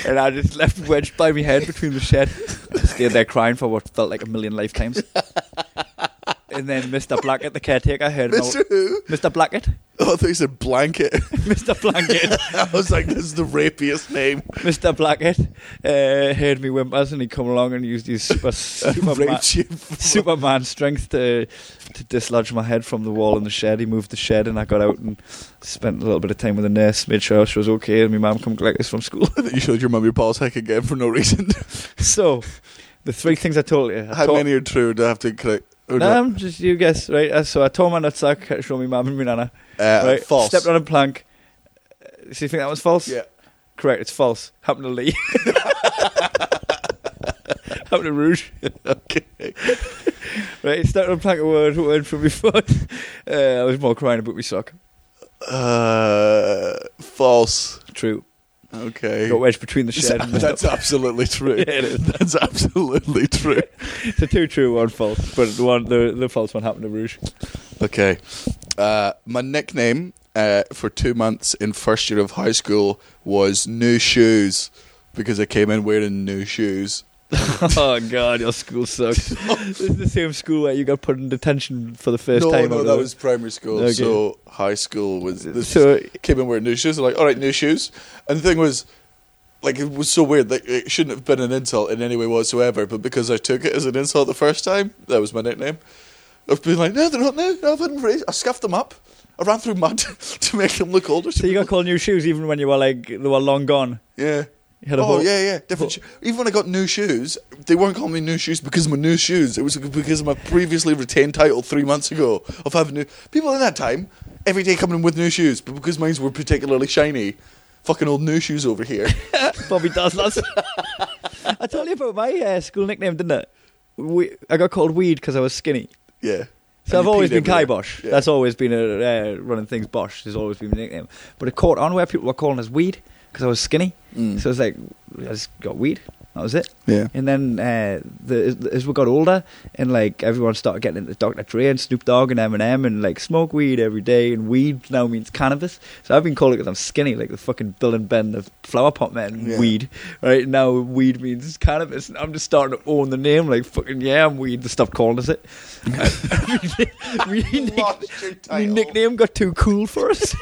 Speaker 2: and I just left wedged by my head between the shed. I stayed there crying for what felt like a million lifetimes. And then Mr. Blackett, the caretaker, heard my-
Speaker 3: Mr. Who?
Speaker 2: Mr. Blackett,
Speaker 3: Oh, I thought you said blanket.
Speaker 2: Mr. Blackett,
Speaker 3: I was like, this is the rapiest name.
Speaker 2: Mr. Blackett uh, heard me whimpers, and he come along and used his super Superman,
Speaker 3: Raped you.
Speaker 2: Superman strength to to dislodge my head from the wall in the shed. He moved the shed, and I got out and spent a little bit of time with the nurse, made sure she was okay, and my mum come collect us from school.
Speaker 3: I think you showed your mum your balls hack again for no reason.
Speaker 2: so, the three things I Um, told you, I
Speaker 3: How
Speaker 2: told-
Speaker 3: many are true? Do I have to Oh, correct? Or
Speaker 2: No,
Speaker 3: not?
Speaker 2: I'm just you guess right. uh, So I tore my nutsack. Show me mum and me nana.
Speaker 3: Uh,
Speaker 2: right,
Speaker 3: False.
Speaker 2: Stepped on a plank. Uh, So you think that was false?
Speaker 3: Yeah.
Speaker 2: Correct. It's false. Happened to Lee. Happened to Rouge.
Speaker 3: okay.
Speaker 2: Right. It Stepped on a plank of wood. Went from my foot. Uh, I was more crying about my sock.
Speaker 3: Uh, false.
Speaker 2: True.
Speaker 3: Okay.
Speaker 2: Got wedged between the shed. and the
Speaker 3: That's absolutely true.
Speaker 2: Yeah, it is.
Speaker 3: That's absolutely true.
Speaker 2: It's a two true, one false. But the one, the, the false one happened to Rouge.
Speaker 3: Okay. Uh, my nickname uh, for two months in first year of high school was New Shoes because I came in wearing new shoes.
Speaker 2: oh God, your school sucks. this is the same school where you got put in detention for the first
Speaker 3: no,
Speaker 2: time.
Speaker 3: no,
Speaker 2: or
Speaker 3: that
Speaker 2: the-
Speaker 3: was primary school.
Speaker 2: Okay.
Speaker 3: So high school was. This
Speaker 2: So-
Speaker 3: came in wearing new shoes. I'm like, all right, new shoes. And the thing was, like, it was so weird. Like, it shouldn't have been an insult in any way whatsoever. But because I took it as an insult the first time, that was my nickname. I've been like, no, they're not new. No, I've had them raised. I scuffed them up. I ran through mud to make them look older.
Speaker 2: So you got called new shoes even when you were like they were long gone.
Speaker 3: Yeah.
Speaker 2: You had a
Speaker 3: oh
Speaker 2: whole-
Speaker 3: yeah, yeah,
Speaker 2: whole-
Speaker 3: different. Sho- Even when I got new shoes, they weren't calling me new shoes because of my new shoes. It was because of my previously retained title three months ago of having new people in that time every day coming in with new shoes, but because mine were particularly shiny, fucking old new shoes over here.
Speaker 2: Bobby Dazzlers. I told you about my uh, school nickname, didn't I? We, I got called Weed because I was skinny.
Speaker 3: yeah.
Speaker 2: So
Speaker 3: And
Speaker 2: I've
Speaker 3: you
Speaker 2: always
Speaker 3: peed
Speaker 2: been Kai
Speaker 3: everywhere.
Speaker 2: Bosch.
Speaker 3: Yeah.
Speaker 2: That's always been a uh, running things Bosch. Has always been my nickname. But it caught on where people were calling us Weed because I was skinny.
Speaker 3: Mm.
Speaker 2: So it's like I just got Weed. That was it.
Speaker 3: yeah.
Speaker 2: And then uh, the, as- as we got older, and like everyone started getting into Dr. Dre and Snoop Dogg and Eminem, and like smoke weed every day, and weed now means cannabis. So I've been calling it because I'm skinny, like the fucking Bill and Ben, the flower pot men,
Speaker 3: Yeah.
Speaker 2: weed. Right now, weed means cannabis. And I'm just starting to own the name, like fucking yeah, I'm weed. They stopped calling us it. we,
Speaker 3: Lost your
Speaker 2: my
Speaker 3: title.
Speaker 2: nickname got too cool for us.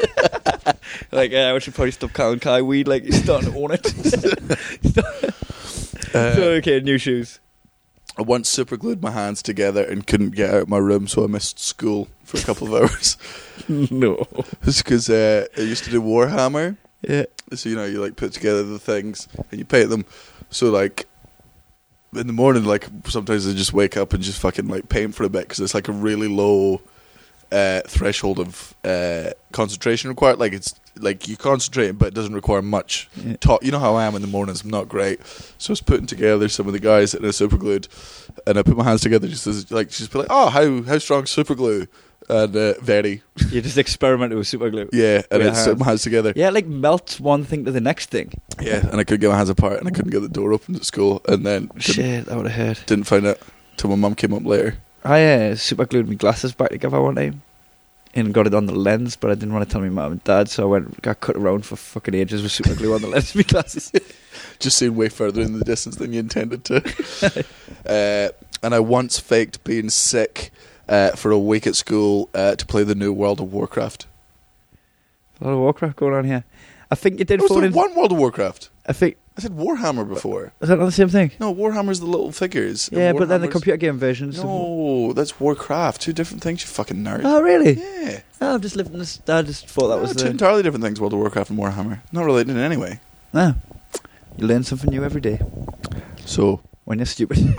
Speaker 2: like, uh, we should probably stop calling Kai weed. Like, you're starting to own it. so, okay, new shoes.
Speaker 3: I once super glued my hands together and couldn't get out of my room, so I missed school for a couple of hours.
Speaker 2: No.
Speaker 3: It's because uh, I used to do Warhammer.
Speaker 2: Yeah.
Speaker 3: So you know, you like put together the things and you paint them. So like in the morning, like sometimes I just wake up and just fucking like paint for a bit because it's like a really low uh, threshold of uh, concentration required. Like it's like you concentrate, but it doesn't require much.
Speaker 2: Yeah.
Speaker 3: Talk. You know how I am in the mornings. I'm not great. So I was putting together some of the guys and I super glued, and I put my hands together just as like just be like, oh, how how strong super glue and uh, very
Speaker 2: You just experimented with super glue.
Speaker 3: yeah, and
Speaker 2: Yeah,
Speaker 3: I set my hands together.
Speaker 2: Yeah, like melts one thing to the next thing.
Speaker 3: Yeah, and I couldn't get my hands apart, and I couldn't get the door open at school, and then didn't,
Speaker 2: Shit, that would have hurt.
Speaker 3: didn't find out till my mum came up later.
Speaker 2: I uh, super glued my glasses back together one time and got it on the lens, but I didn't want to tell my mum and dad, so I went got cut around for fucking ages with super glue on the lens of my glasses.
Speaker 3: Just seen way further in the distance than you intended to. uh, and I once faked being sick uh, for a week at school uh, to play the new World of Warcraft.
Speaker 2: A lot of Warcraft going on here. I think you did
Speaker 3: It was
Speaker 2: phone
Speaker 3: the
Speaker 2: in.
Speaker 3: one World of Warcraft.
Speaker 2: I think
Speaker 3: I said Warhammer before.
Speaker 2: is that not the same thing?
Speaker 3: No, Warhammer's the little figures. and
Speaker 2: yeah, but then the
Speaker 3: Warhammer's-
Speaker 2: computer game versions. of-
Speaker 3: No, that's Warcraft. Two different things, you fucking nerd.
Speaker 2: Oh really?
Speaker 3: yeah.
Speaker 2: Oh, I've just lived in this. I just thought that
Speaker 3: No,
Speaker 2: was
Speaker 3: two
Speaker 2: the.
Speaker 3: entirely different things, World of Warcraft and Warhammer. Not related in any way.
Speaker 2: No. You learn something new every day
Speaker 3: So,
Speaker 2: when you're stupid.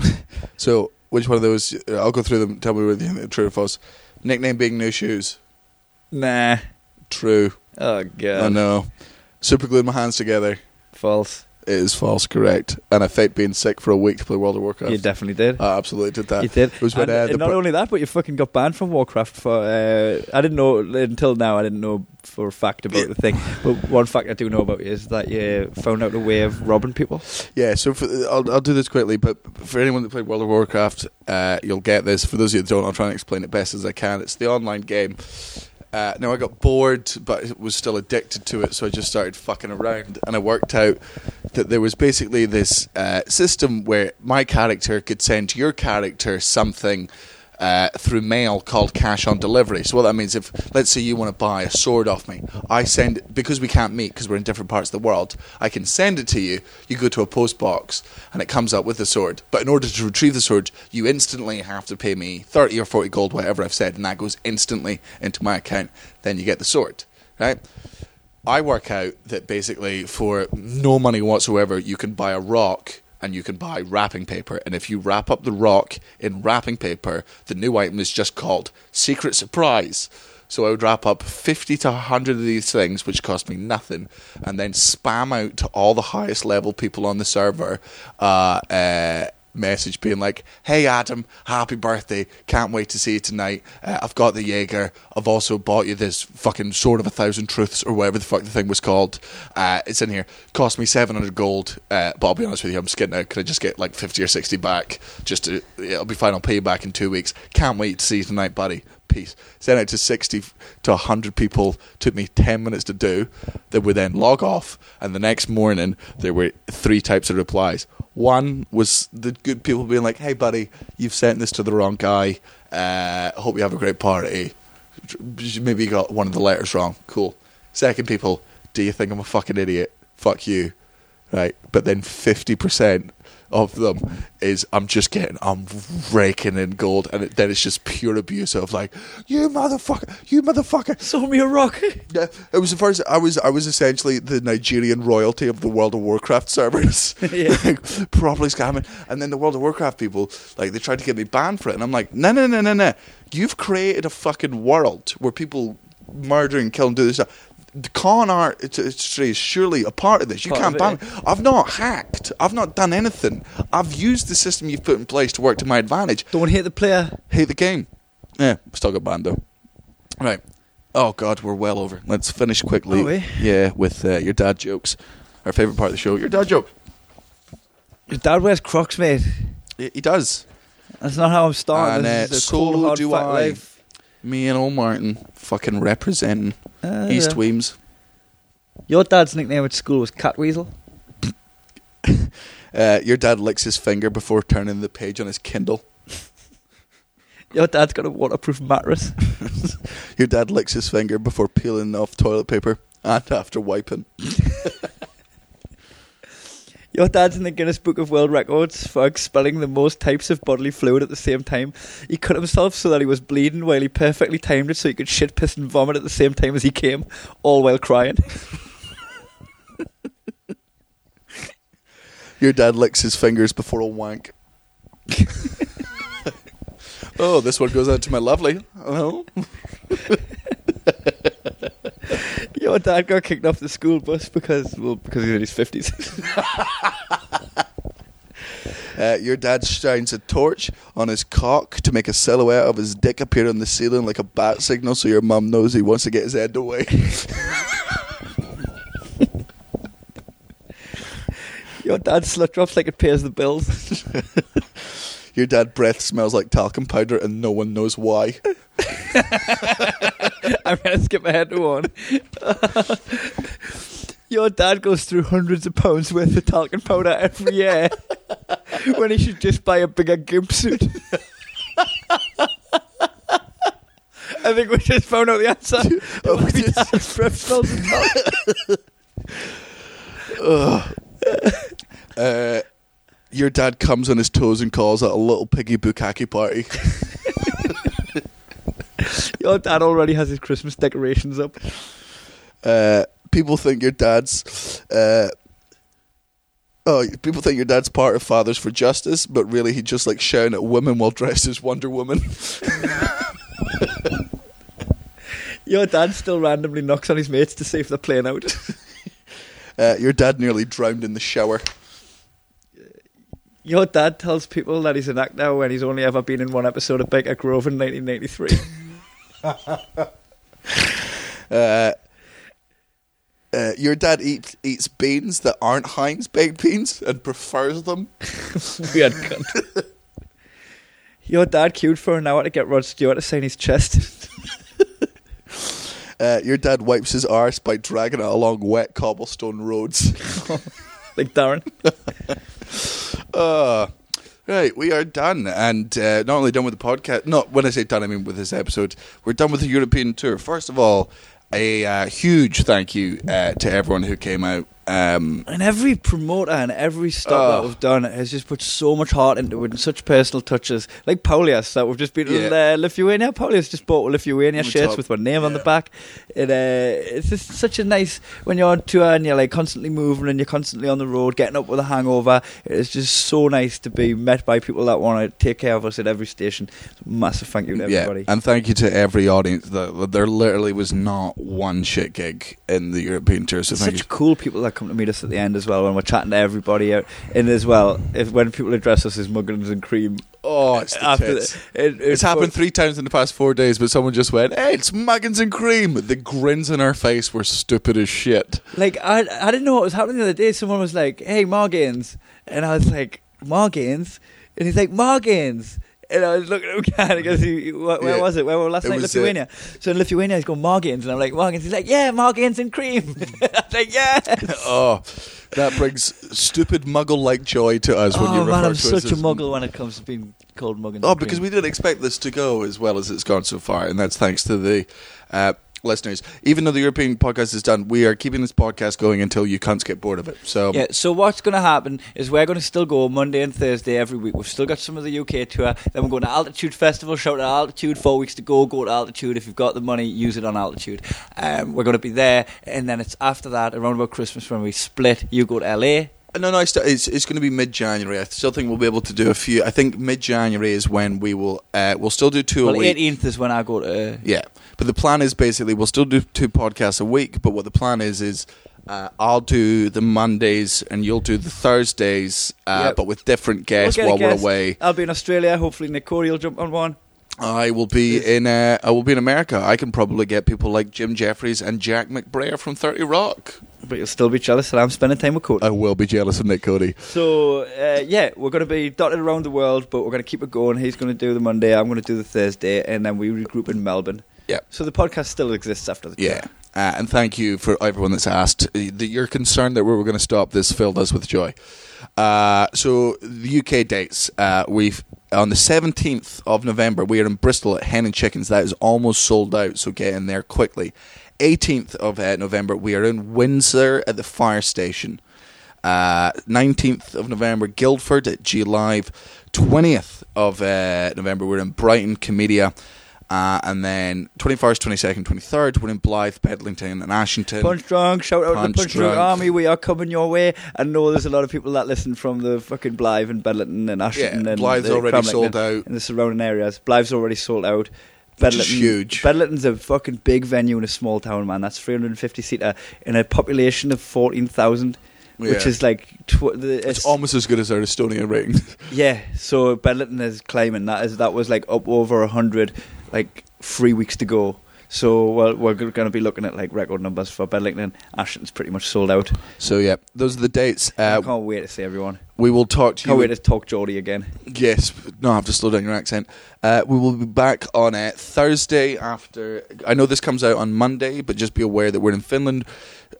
Speaker 3: So, which one of those? uh, I'll go through them. Tell me whether you think they're true or false. Nickname being new shoes.
Speaker 2: nah.
Speaker 3: True.
Speaker 2: Oh god.
Speaker 3: I know. Super glued my hands together.
Speaker 2: False.
Speaker 3: It is false. Correct. And I faked being sick for a week to play World of Warcraft.
Speaker 2: You definitely did.
Speaker 3: I absolutely did that.
Speaker 2: you did.
Speaker 3: It was when
Speaker 2: and,
Speaker 3: uh,
Speaker 2: and
Speaker 3: the
Speaker 2: not
Speaker 3: pro-
Speaker 2: only that, but you fucking got banned from Warcraft for. Uh, I didn't know until now. I didn't know for a fact about
Speaker 3: Yeah.
Speaker 2: the thing. But one fact I do know about you is that you found out a way of robbing people.
Speaker 3: yeah. So for, I'll I'll do this quickly, but for anyone that played World of Warcraft, uh, you'll get this. For those of you that don't, I'll try and explain it best as I can. It's the online game. Uh, now I got bored, but was still addicted to it, so I just started fucking around, and I worked out that there was basically this uh, system where my character could send your character something uh, through mail called cash on delivery. So what that means, if let's say you want to buy a sword off me, I send because we can't meet because we're in different parts of the world. I can send it to you. You go to a post box and it comes up with the sword. But in order to retrieve the sword, you instantly have to pay me thirty or forty gold, whatever I've said, and that goes instantly into my account. Then you get the sword, right? I work out that basically for no money whatsoever, you can buy a rock and you can buy wrapping paper. And if you wrap up the rock in wrapping paper, the new item is just called Secret Surprise. So I would wrap up 50 to 100 of these things, which cost me nothing, and then spam out to all the highest level people on the server uh, uh, message being like, hey, Adam, happy birthday. Can't wait to see you tonight. Uh, I've got the Jaeger. I've also bought you this fucking Sword of a Thousand Truths or whatever the fuck the thing was called. Uh, it's in here. Cost me 700 gold, uh, but I'll be honest with you, I'm skidding out. Could I just get like 50 or 60 back? Just to, It'll be fine. I'll pay you back in two weeks. Can't wait to see you tonight, buddy piece. Sent out to 60 to 100 people. Took me 10 minutes to do. That would then log off. And the next morning, there were three types of replies. One was the good people being like, hey, buddy, you've sent this to the wrong guy. Uh, hope you have a great party. Maybe you got one of the letters wrong. Cool. Second people, do you think I'm a fucking idiot? Fuck you. Right. But then 50% of them is I'm just getting I'm raking in gold, and it, then it's just pure abuse of like you motherfucker, you motherfucker.
Speaker 2: Sold me a rock.
Speaker 3: Yeah, it was the first. I was I was essentially the Nigerian royalty of the World of Warcraft servers,
Speaker 2: Yeah.
Speaker 3: like, properly scamming. And then the World of Warcraft people like they tried to get me banned for it, and I'm like, no, no, no, no, no. You've created a fucking world where people murder and kill and do this stuff. The con art industry is surely a part of this. You
Speaker 2: Part
Speaker 3: can't
Speaker 2: of it,
Speaker 3: ban.
Speaker 2: yeah.
Speaker 3: I've not hacked. I've not done anything. I've used the system you've put in place to work to my advantage.
Speaker 2: Don't hit the player.
Speaker 3: Hate the game. Yeah, still got banned though. Right. Oh God, we're well over. Let's finish quickly.
Speaker 2: Are we?
Speaker 3: Yeah, with uh, your dad jokes. Our favorite part of the show. Your dad joke.
Speaker 2: Your dad wears Crocs, mate.
Speaker 3: He he does.
Speaker 2: That's not how I'm starting.
Speaker 3: And, uh,
Speaker 2: this is a
Speaker 3: so
Speaker 2: cold, hard
Speaker 3: do
Speaker 2: fact
Speaker 3: I.
Speaker 2: life.
Speaker 3: Me and old Martin fucking representing
Speaker 2: Uh,
Speaker 3: East
Speaker 2: yeah.
Speaker 3: Weems.
Speaker 2: Your dad's nickname at school was Cat Weasel.
Speaker 3: Uh, your dad licks his finger before turning the page on his Kindle.
Speaker 2: Your dad's got a waterproof mattress.
Speaker 3: Your dad licks his finger before peeling off toilet paper and after wiping.
Speaker 2: Your dad's in the Guinness Book of World Records for expelling the most types of bodily fluid at the same time. He cut himself so that he was bleeding while he perfectly timed it so he could shit, piss, and vomit at the same time as he came, all while crying.
Speaker 3: Your dad licks his fingers before a wank. oh, this one goes out to my lovely. Hello.
Speaker 2: Your dad got kicked off the school bus because, well, because he's in his 50s.
Speaker 3: Uh, your dad shines a torch on his cock to make a silhouette of his dick appear on the ceiling like a bat signal, so your mum knows he wants to get his head away.
Speaker 2: Your dad slut drops like it pays the bills.
Speaker 3: your dad breath smells like talcum powder, and no one knows why.
Speaker 2: I'm going to skip ahead to one. Your dad goes through hundreds of pounds worth of talcum powder every year when he should just buy a bigger gimp suit. I think we just found out the answer.
Speaker 3: Oh, we
Speaker 2: It must be
Speaker 3: did.
Speaker 2: dad's breath smells of talc.
Speaker 3: Uh, your dad comes on his toes and calls at a little piggy bukkake party.
Speaker 2: Your dad already has his Christmas decorations up.
Speaker 3: Uh, people think your dad's. Uh, Oh, people think your dad's part of Fathers for Justice, but really he just likes shouting at women while dressed as Wonder Woman.
Speaker 2: Your dad still randomly knocks on his mates to see if they're playing out.
Speaker 3: Uh, your dad nearly drowned in the shower.
Speaker 2: Your dad tells people that he's an actor when he's only ever been in one episode of Baker Grove in 1993.
Speaker 3: Uh, uh, your dad eat, eats beans that aren't Heinz baked beans and prefers them.
Speaker 2: Weird cunt. Your dad queued for an hour to get Rod Stewart to sign his chest.
Speaker 3: Uh, your dad wipes his arse by dragging it along wet cobblestone roads.
Speaker 2: like Darren.
Speaker 3: Uh, right, we are done. And uh, not only done with the podcast, not when I say done, I mean with this episode, we're done with the European tour. First of all, a uh, huge thank you uh, to everyone who came out. Um,
Speaker 2: And every promoter and every stuff
Speaker 3: Oh.
Speaker 2: that we've done has just put so much heart into it and such personal touches. Like Paulias, that we've just been
Speaker 3: Yeah.
Speaker 2: uh, Lithuania. Paulias just bought Lithuania
Speaker 3: On the
Speaker 2: shirts
Speaker 3: top,
Speaker 2: with my name on the
Speaker 3: yeah.
Speaker 2: back. It, uh, it's just such a nice when you're on tour and you're like constantly moving and you're constantly on the road, getting up with a hangover. It's just so nice to be met by people that want to take care of us at every station. Massive thank you to everybody.
Speaker 3: and thank you to every audience. That, that there literally was not one shit gig in the European tour. So thank
Speaker 2: such cool people that come to meet us at the end as well when we're chatting to everybody out and as well if when people address us as muggins and cream
Speaker 3: you. Oh, it's the
Speaker 2: after
Speaker 3: tits.
Speaker 2: the, it,
Speaker 3: It's happened three times in the past four days, but someone just went, "Hey, it's Muggins and Cream." The grins on our face were stupid as shit.
Speaker 2: like I I didn't know what was happening the other day someone was like hey Morgans and I was like Morgans and he's like Morgans and I was looking at him kind of because he, where, where
Speaker 3: Yeah.
Speaker 2: was it where were we last
Speaker 3: It
Speaker 2: night
Speaker 3: was, uh,
Speaker 2: Lithuania so in Lithuania he's going Morgans and I'm like Morgans he's like yeah Morgans and cream I was like yeah
Speaker 3: Oh, that brings stupid muggle-like joy to us when you
Speaker 2: oh
Speaker 3: refer
Speaker 2: man
Speaker 3: to
Speaker 2: I'm
Speaker 3: us
Speaker 2: such a
Speaker 3: as-
Speaker 2: muggle when it comes to being called Muggins
Speaker 3: Oh,
Speaker 2: and
Speaker 3: because we
Speaker 2: Cream.
Speaker 3: didn't expect this to go as well as it's gone so far, and that's thanks to the uh, listeners. Even though the European podcast is done, we are keeping this podcast going until you cunts get bored of it. So
Speaker 2: Yeah, so what's going to happen is we're going to still go Monday and Thursday every week. We've still got some of the UK tour. Then we're going to Altitude Festival. Shout out Altitude. Four weeks to go. Go to Altitude. If you've got the money, use it on Altitude. Um, we're going to be there. And then it's after that, around about Christmas, when we split. You go to LA.
Speaker 3: uh, No, no, it's, it's, it's going to be mid January. I still think we'll be able to do a few. I think mid January is when we will. Uh, we'll still do two
Speaker 2: Well,
Speaker 3: a week.
Speaker 2: 18th is when I go to.
Speaker 3: Yeah, but the plan is basically we'll still do two podcasts a week. But what the plan is is uh, I'll do the Mondays and you'll do the Thursdays, uh,
Speaker 2: Yep.
Speaker 3: but with different
Speaker 2: We'll
Speaker 3: guests
Speaker 2: get a
Speaker 3: while we're
Speaker 2: guest.
Speaker 3: away.
Speaker 2: I'll be in Australia. Hopefully, Nick Corey will jump on one.
Speaker 3: I will be in. Uh, I will be in America. I can probably get people like Jim Jeffries and Jack McBrayer from Thirty Rock.
Speaker 2: But you'll still be jealous that I'm spending time with Corey.
Speaker 3: I will be jealous of Nick Cody.
Speaker 2: So uh, yeah, we're going to be dotted around the world, but we're going to keep it going. He's going to do the Monday, I'm going to do the Thursday, and then we regroup in Melbourne.
Speaker 3: Yeah.
Speaker 2: So the podcast still exists after the
Speaker 3: Yeah. Uh, and thank you for everyone that's asked. Uh, the- Your concern that we were going to stop this filled us with joy. Uh, so the UK dates uh, we've on the seventeenth of November we are in Bristol at Hen and Chickens. That is almost sold out, so get in there quickly. Eighteenth of uh, November we are in Windsor at the fire station. Uh, Nineteenth of November Guildford at G Live. Twentieth of uh, November we're in Brighton Comedia. Uh, and then 21st, 22nd, 23rd, we're in Blyth, Bedlington, and Ashington.
Speaker 2: Punch Drunk, shout out
Speaker 3: Punch
Speaker 2: to the Punch Drunk
Speaker 3: Drunk.
Speaker 2: Army, we are coming your way. I know there's a lot of people that listen from the fucking Blythe and Bedlinton and Ashton
Speaker 3: Yeah,
Speaker 2: and
Speaker 3: Blythe's
Speaker 2: the
Speaker 3: already
Speaker 2: Cramlington
Speaker 3: sold out.
Speaker 2: and the surrounding areas. Blythe's already sold out.
Speaker 3: Which is huge.
Speaker 2: Bedlinton's a fucking big venue in a small town, man. That's 350 seater in a population of 14,000, which
Speaker 3: Yeah.
Speaker 2: is like tw- the,
Speaker 3: It's, almost as good as our Estonian ring.
Speaker 2: Yeah, so Bedlington is climbing. That is that was like up over hundred, like three weeks to go. So well, we're going to be looking at like record numbers for Bedlington. Ashton's pretty much sold out.
Speaker 3: so yeah, those are the dates.
Speaker 2: I
Speaker 3: Uh,
Speaker 2: can't wait to see everyone.
Speaker 3: we will talk to
Speaker 2: Can't
Speaker 3: you.
Speaker 2: wait to talk Geordie again.
Speaker 3: yes, no, I have to slow down your accent. Uh, we will be back on uh, Thursday after. I know this comes out on Monday, but just be aware that we're in Finland,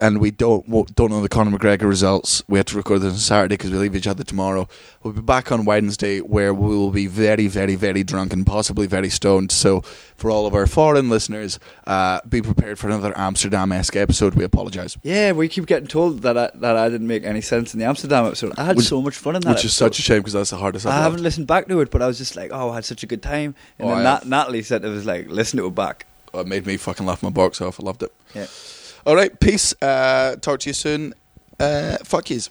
Speaker 3: and we don't wo- don't know the Conor McGregor results. We have to record this on Saturday because we leave each other tomorrow. We'll be back on Wednesday, where we will be very, very, very drunk and possibly very stoned. So, for all of our foreign listeners, uh, be prepared for another Amsterdam-esque episode. We apologise.
Speaker 2: Yeah, we keep getting told that I, that I didn't make any sense in the Amsterdam episode. I had
Speaker 3: Which-
Speaker 2: so much fun in that.
Speaker 3: Which is
Speaker 2: episode.
Speaker 3: such a shame because that's the hardest I've
Speaker 2: I haven't
Speaker 3: left.
Speaker 2: listened back to it, but I was just like, oh, I had such a good time. And
Speaker 3: Oh,
Speaker 2: then
Speaker 3: I
Speaker 2: Nat-
Speaker 3: have.
Speaker 2: Natalie said it was like, listen to it back.
Speaker 3: Oh, It made me fucking laugh my box off. I loved it.
Speaker 2: Yeah.
Speaker 3: All right, peace. Uh, talk to you soon. Uh, fuck yous.